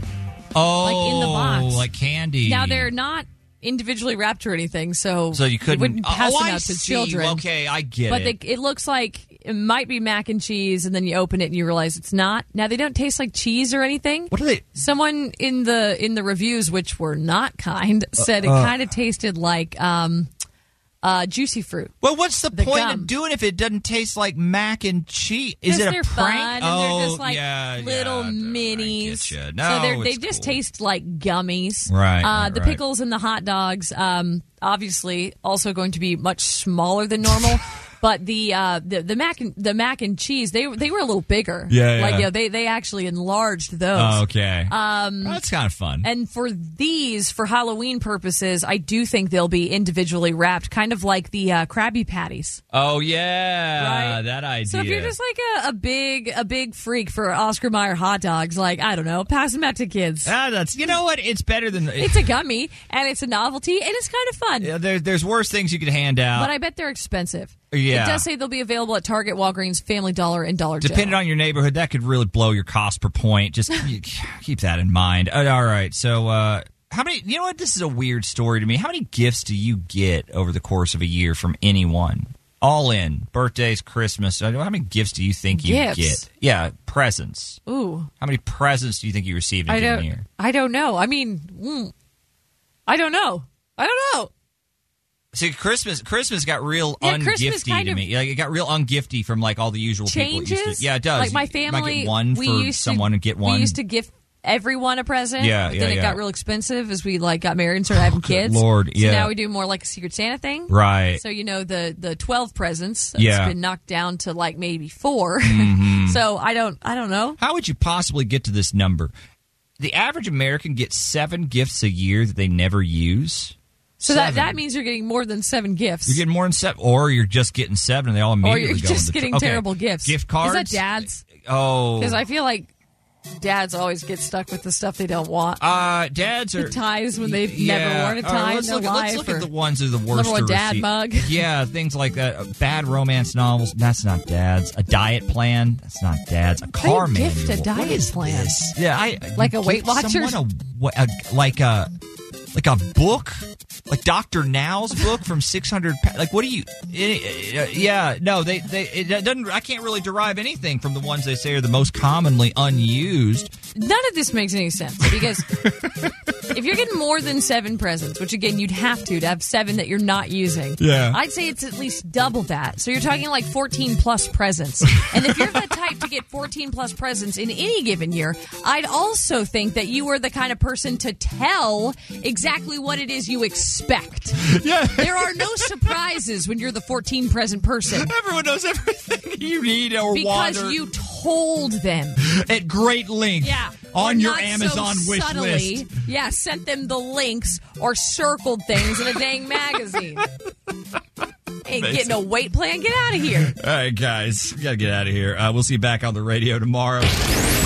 D: oh,
G: like in the box.
D: like candy.
G: Now, they're not individually wrapped or anything, so,
D: So you couldn't-
G: wouldn't pass
D: Oh,
G: them
D: I
G: out to
D: see.
G: children.
D: Okay, I get
G: but
D: it.
G: But it looks like it might be mac and cheese, and then you open it and you realize it's not. Now they don't taste like cheese or anything. What
D: are they?
G: Someone in the in the reviews, which were not kind, said
D: uh.
G: it kind of tasted like um, uh, juicy fruit.
D: Well, what's the,
G: The
D: point
G: gum.
D: of doing it if it doesn't taste like mac and cheese? Is it
G: 'Cause
D: a
G: they're
D: prank?
G: Fun, and
D: oh,
G: they're just like
D: yeah,
G: little minis.
D: yeah.
G: so
D: No,
G: they're- they
D: it's
G: just taste like gummies.
D: Right,
G: Uh,
D: right,
G: the
D: right.
G: pickles and the hot dogs, um, obviously, also going to be much smaller than normal. But the, uh, the the mac and the mac and cheese they they were a little bigger
D: Yeah,
G: like
D: yeah.
G: you know, they they actually enlarged those
D: Oh, okay.
G: um
D: That's kind of fun.
G: and for these, for Halloween purposes, I do think they'll be individually wrapped, kind of like the uh, Krabby Patties.
D: oh yeah, that idea.
G: So if you're just like a, a big a big freak for Oscar Mayer hot dogs, like I don't know, pass them out to kids.
D: Ah, that's you know what? It's better than
G: It's a gummy and it's a novelty and it's kind of fun.
D: Yeah, there, there's worse things you could hand out.
G: But I bet they're expensive.
D: Yeah.
G: It does say they'll be available at Target, Walgreens, Family Dollar, and Dollar General.
D: Depending on your neighborhood, that could really blow your cost per point. Just you- keep that in mind. Uh, All right. So, uh, how many, you know what? This is a weird story to me. How many gifts do you get over the course of a year from anyone? All in birthdays, Christmas. I don't- How many gifts do you think you
G: Gifts?
D: get? Yeah, presents.
G: Ooh.
D: How many presents do you think you received in
G: I
D: a given
G: don't
D: year?
G: I don't know. I mean, mm, I don't know. I don't know.
D: See, Christmas Christmas got real
G: Yeah, Christmas
D: ungifty
G: kind
D: to
G: of-
D: me. Like it got real ungifty from like all the usual people. It used
G: changes.
D: to- yeah, it does.
G: Like my
D: You might
G: family,
D: get one
G: we
D: for
G: used
D: someone
G: to,
D: and get one.
G: We used to gift everyone a present.
D: Yeah,
G: but
D: yeah,
G: Then it
D: yeah. Oh,
G: got real expensive as we like got married and started having kids.
D: Lord, yeah.
G: So now we do more like a Secret Santa thing,
D: Right.
G: So you know the the twelve presents.
D: Yeah.
G: It's been knocked down to like maybe 4
D: Mhm.
G: so I don't I don't know.
D: How would you possibly get to this number? The average American gets seven gifts a year that they never use.
G: So
D: Seven.
G: that that means you're getting more than seven gifts.
D: you're getting more than seven, or you're just getting seven, and they all
G: or
D: immediately
G: you're
D: go in
G: just
D: the tr-
G: getting
D: Okay.
G: terrible gifts.
D: Gift cards.
G: Is that dad's?
D: Oh,
G: Because I feel like dads always get stuck with the stuff they don't want.
D: uh, dads are
G: the ties when they've
D: yeah.
G: never worn a
D: All
G: tie
D: right, let's,
G: in their
D: look, at-
G: life.
D: let's look
G: or-
D: at the ones that are the worst.
G: Number one
D: to
G: dad
D: receive.
G: mug.
D: Yeah, things like that. Uh, Bad romance novels. That's not dad's. A diet plan. That's not dad's. A
G: How do you
D: car manual.
G: gift a
D: What
G: diet
D: is
G: plan?
D: this? Yeah, I
G: Like
D: you
G: a Weight
D: give someone
G: Watchers?
D: a wa- a- like a like a book, like Doctor Now's book from six hundred. Pa- like, what do you? it- uh, yeah, no, they they it doesn't. I can't really derive anything from the ones they say are the most commonly unused.
G: None of this makes any sense because if you're getting more than seven presents, which again you'd have to to have seven that you're not using,
D: Yeah. Mm-hmm.
G: I'd say it's at least double that. So you're talking like 14 plus presents. And if you're the type to get 14 plus presents in any given year, I'd also think that you are the kind of person to tell exactly what it is you expect.
D: Yeah.
G: There are no surprises when you're the 14 present person.
D: Everyone knows everything you need or
G: because
D: want or-
G: you told them.
D: At great length,
G: Yeah.
D: on
G: Or
D: your
G: not so
D: Amazon wish
G: subtly,
D: list.
G: Yeah, sent them the links or circled things in a dang magazine. Ain't
D: Amazing.
G: getting a weight plan. Get out of here.
D: All right, guys, we gotta get out of here. Uh, we'll see you back on the radio tomorrow.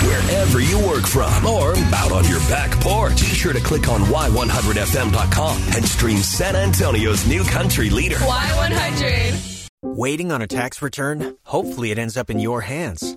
A: Wherever you work from or out on your back porch, be sure to click on Y100FM.com and stream San Antonio's new country leader.
G: Y100.
F: Waiting on a tax return? Hopefully, it ends up in your hands.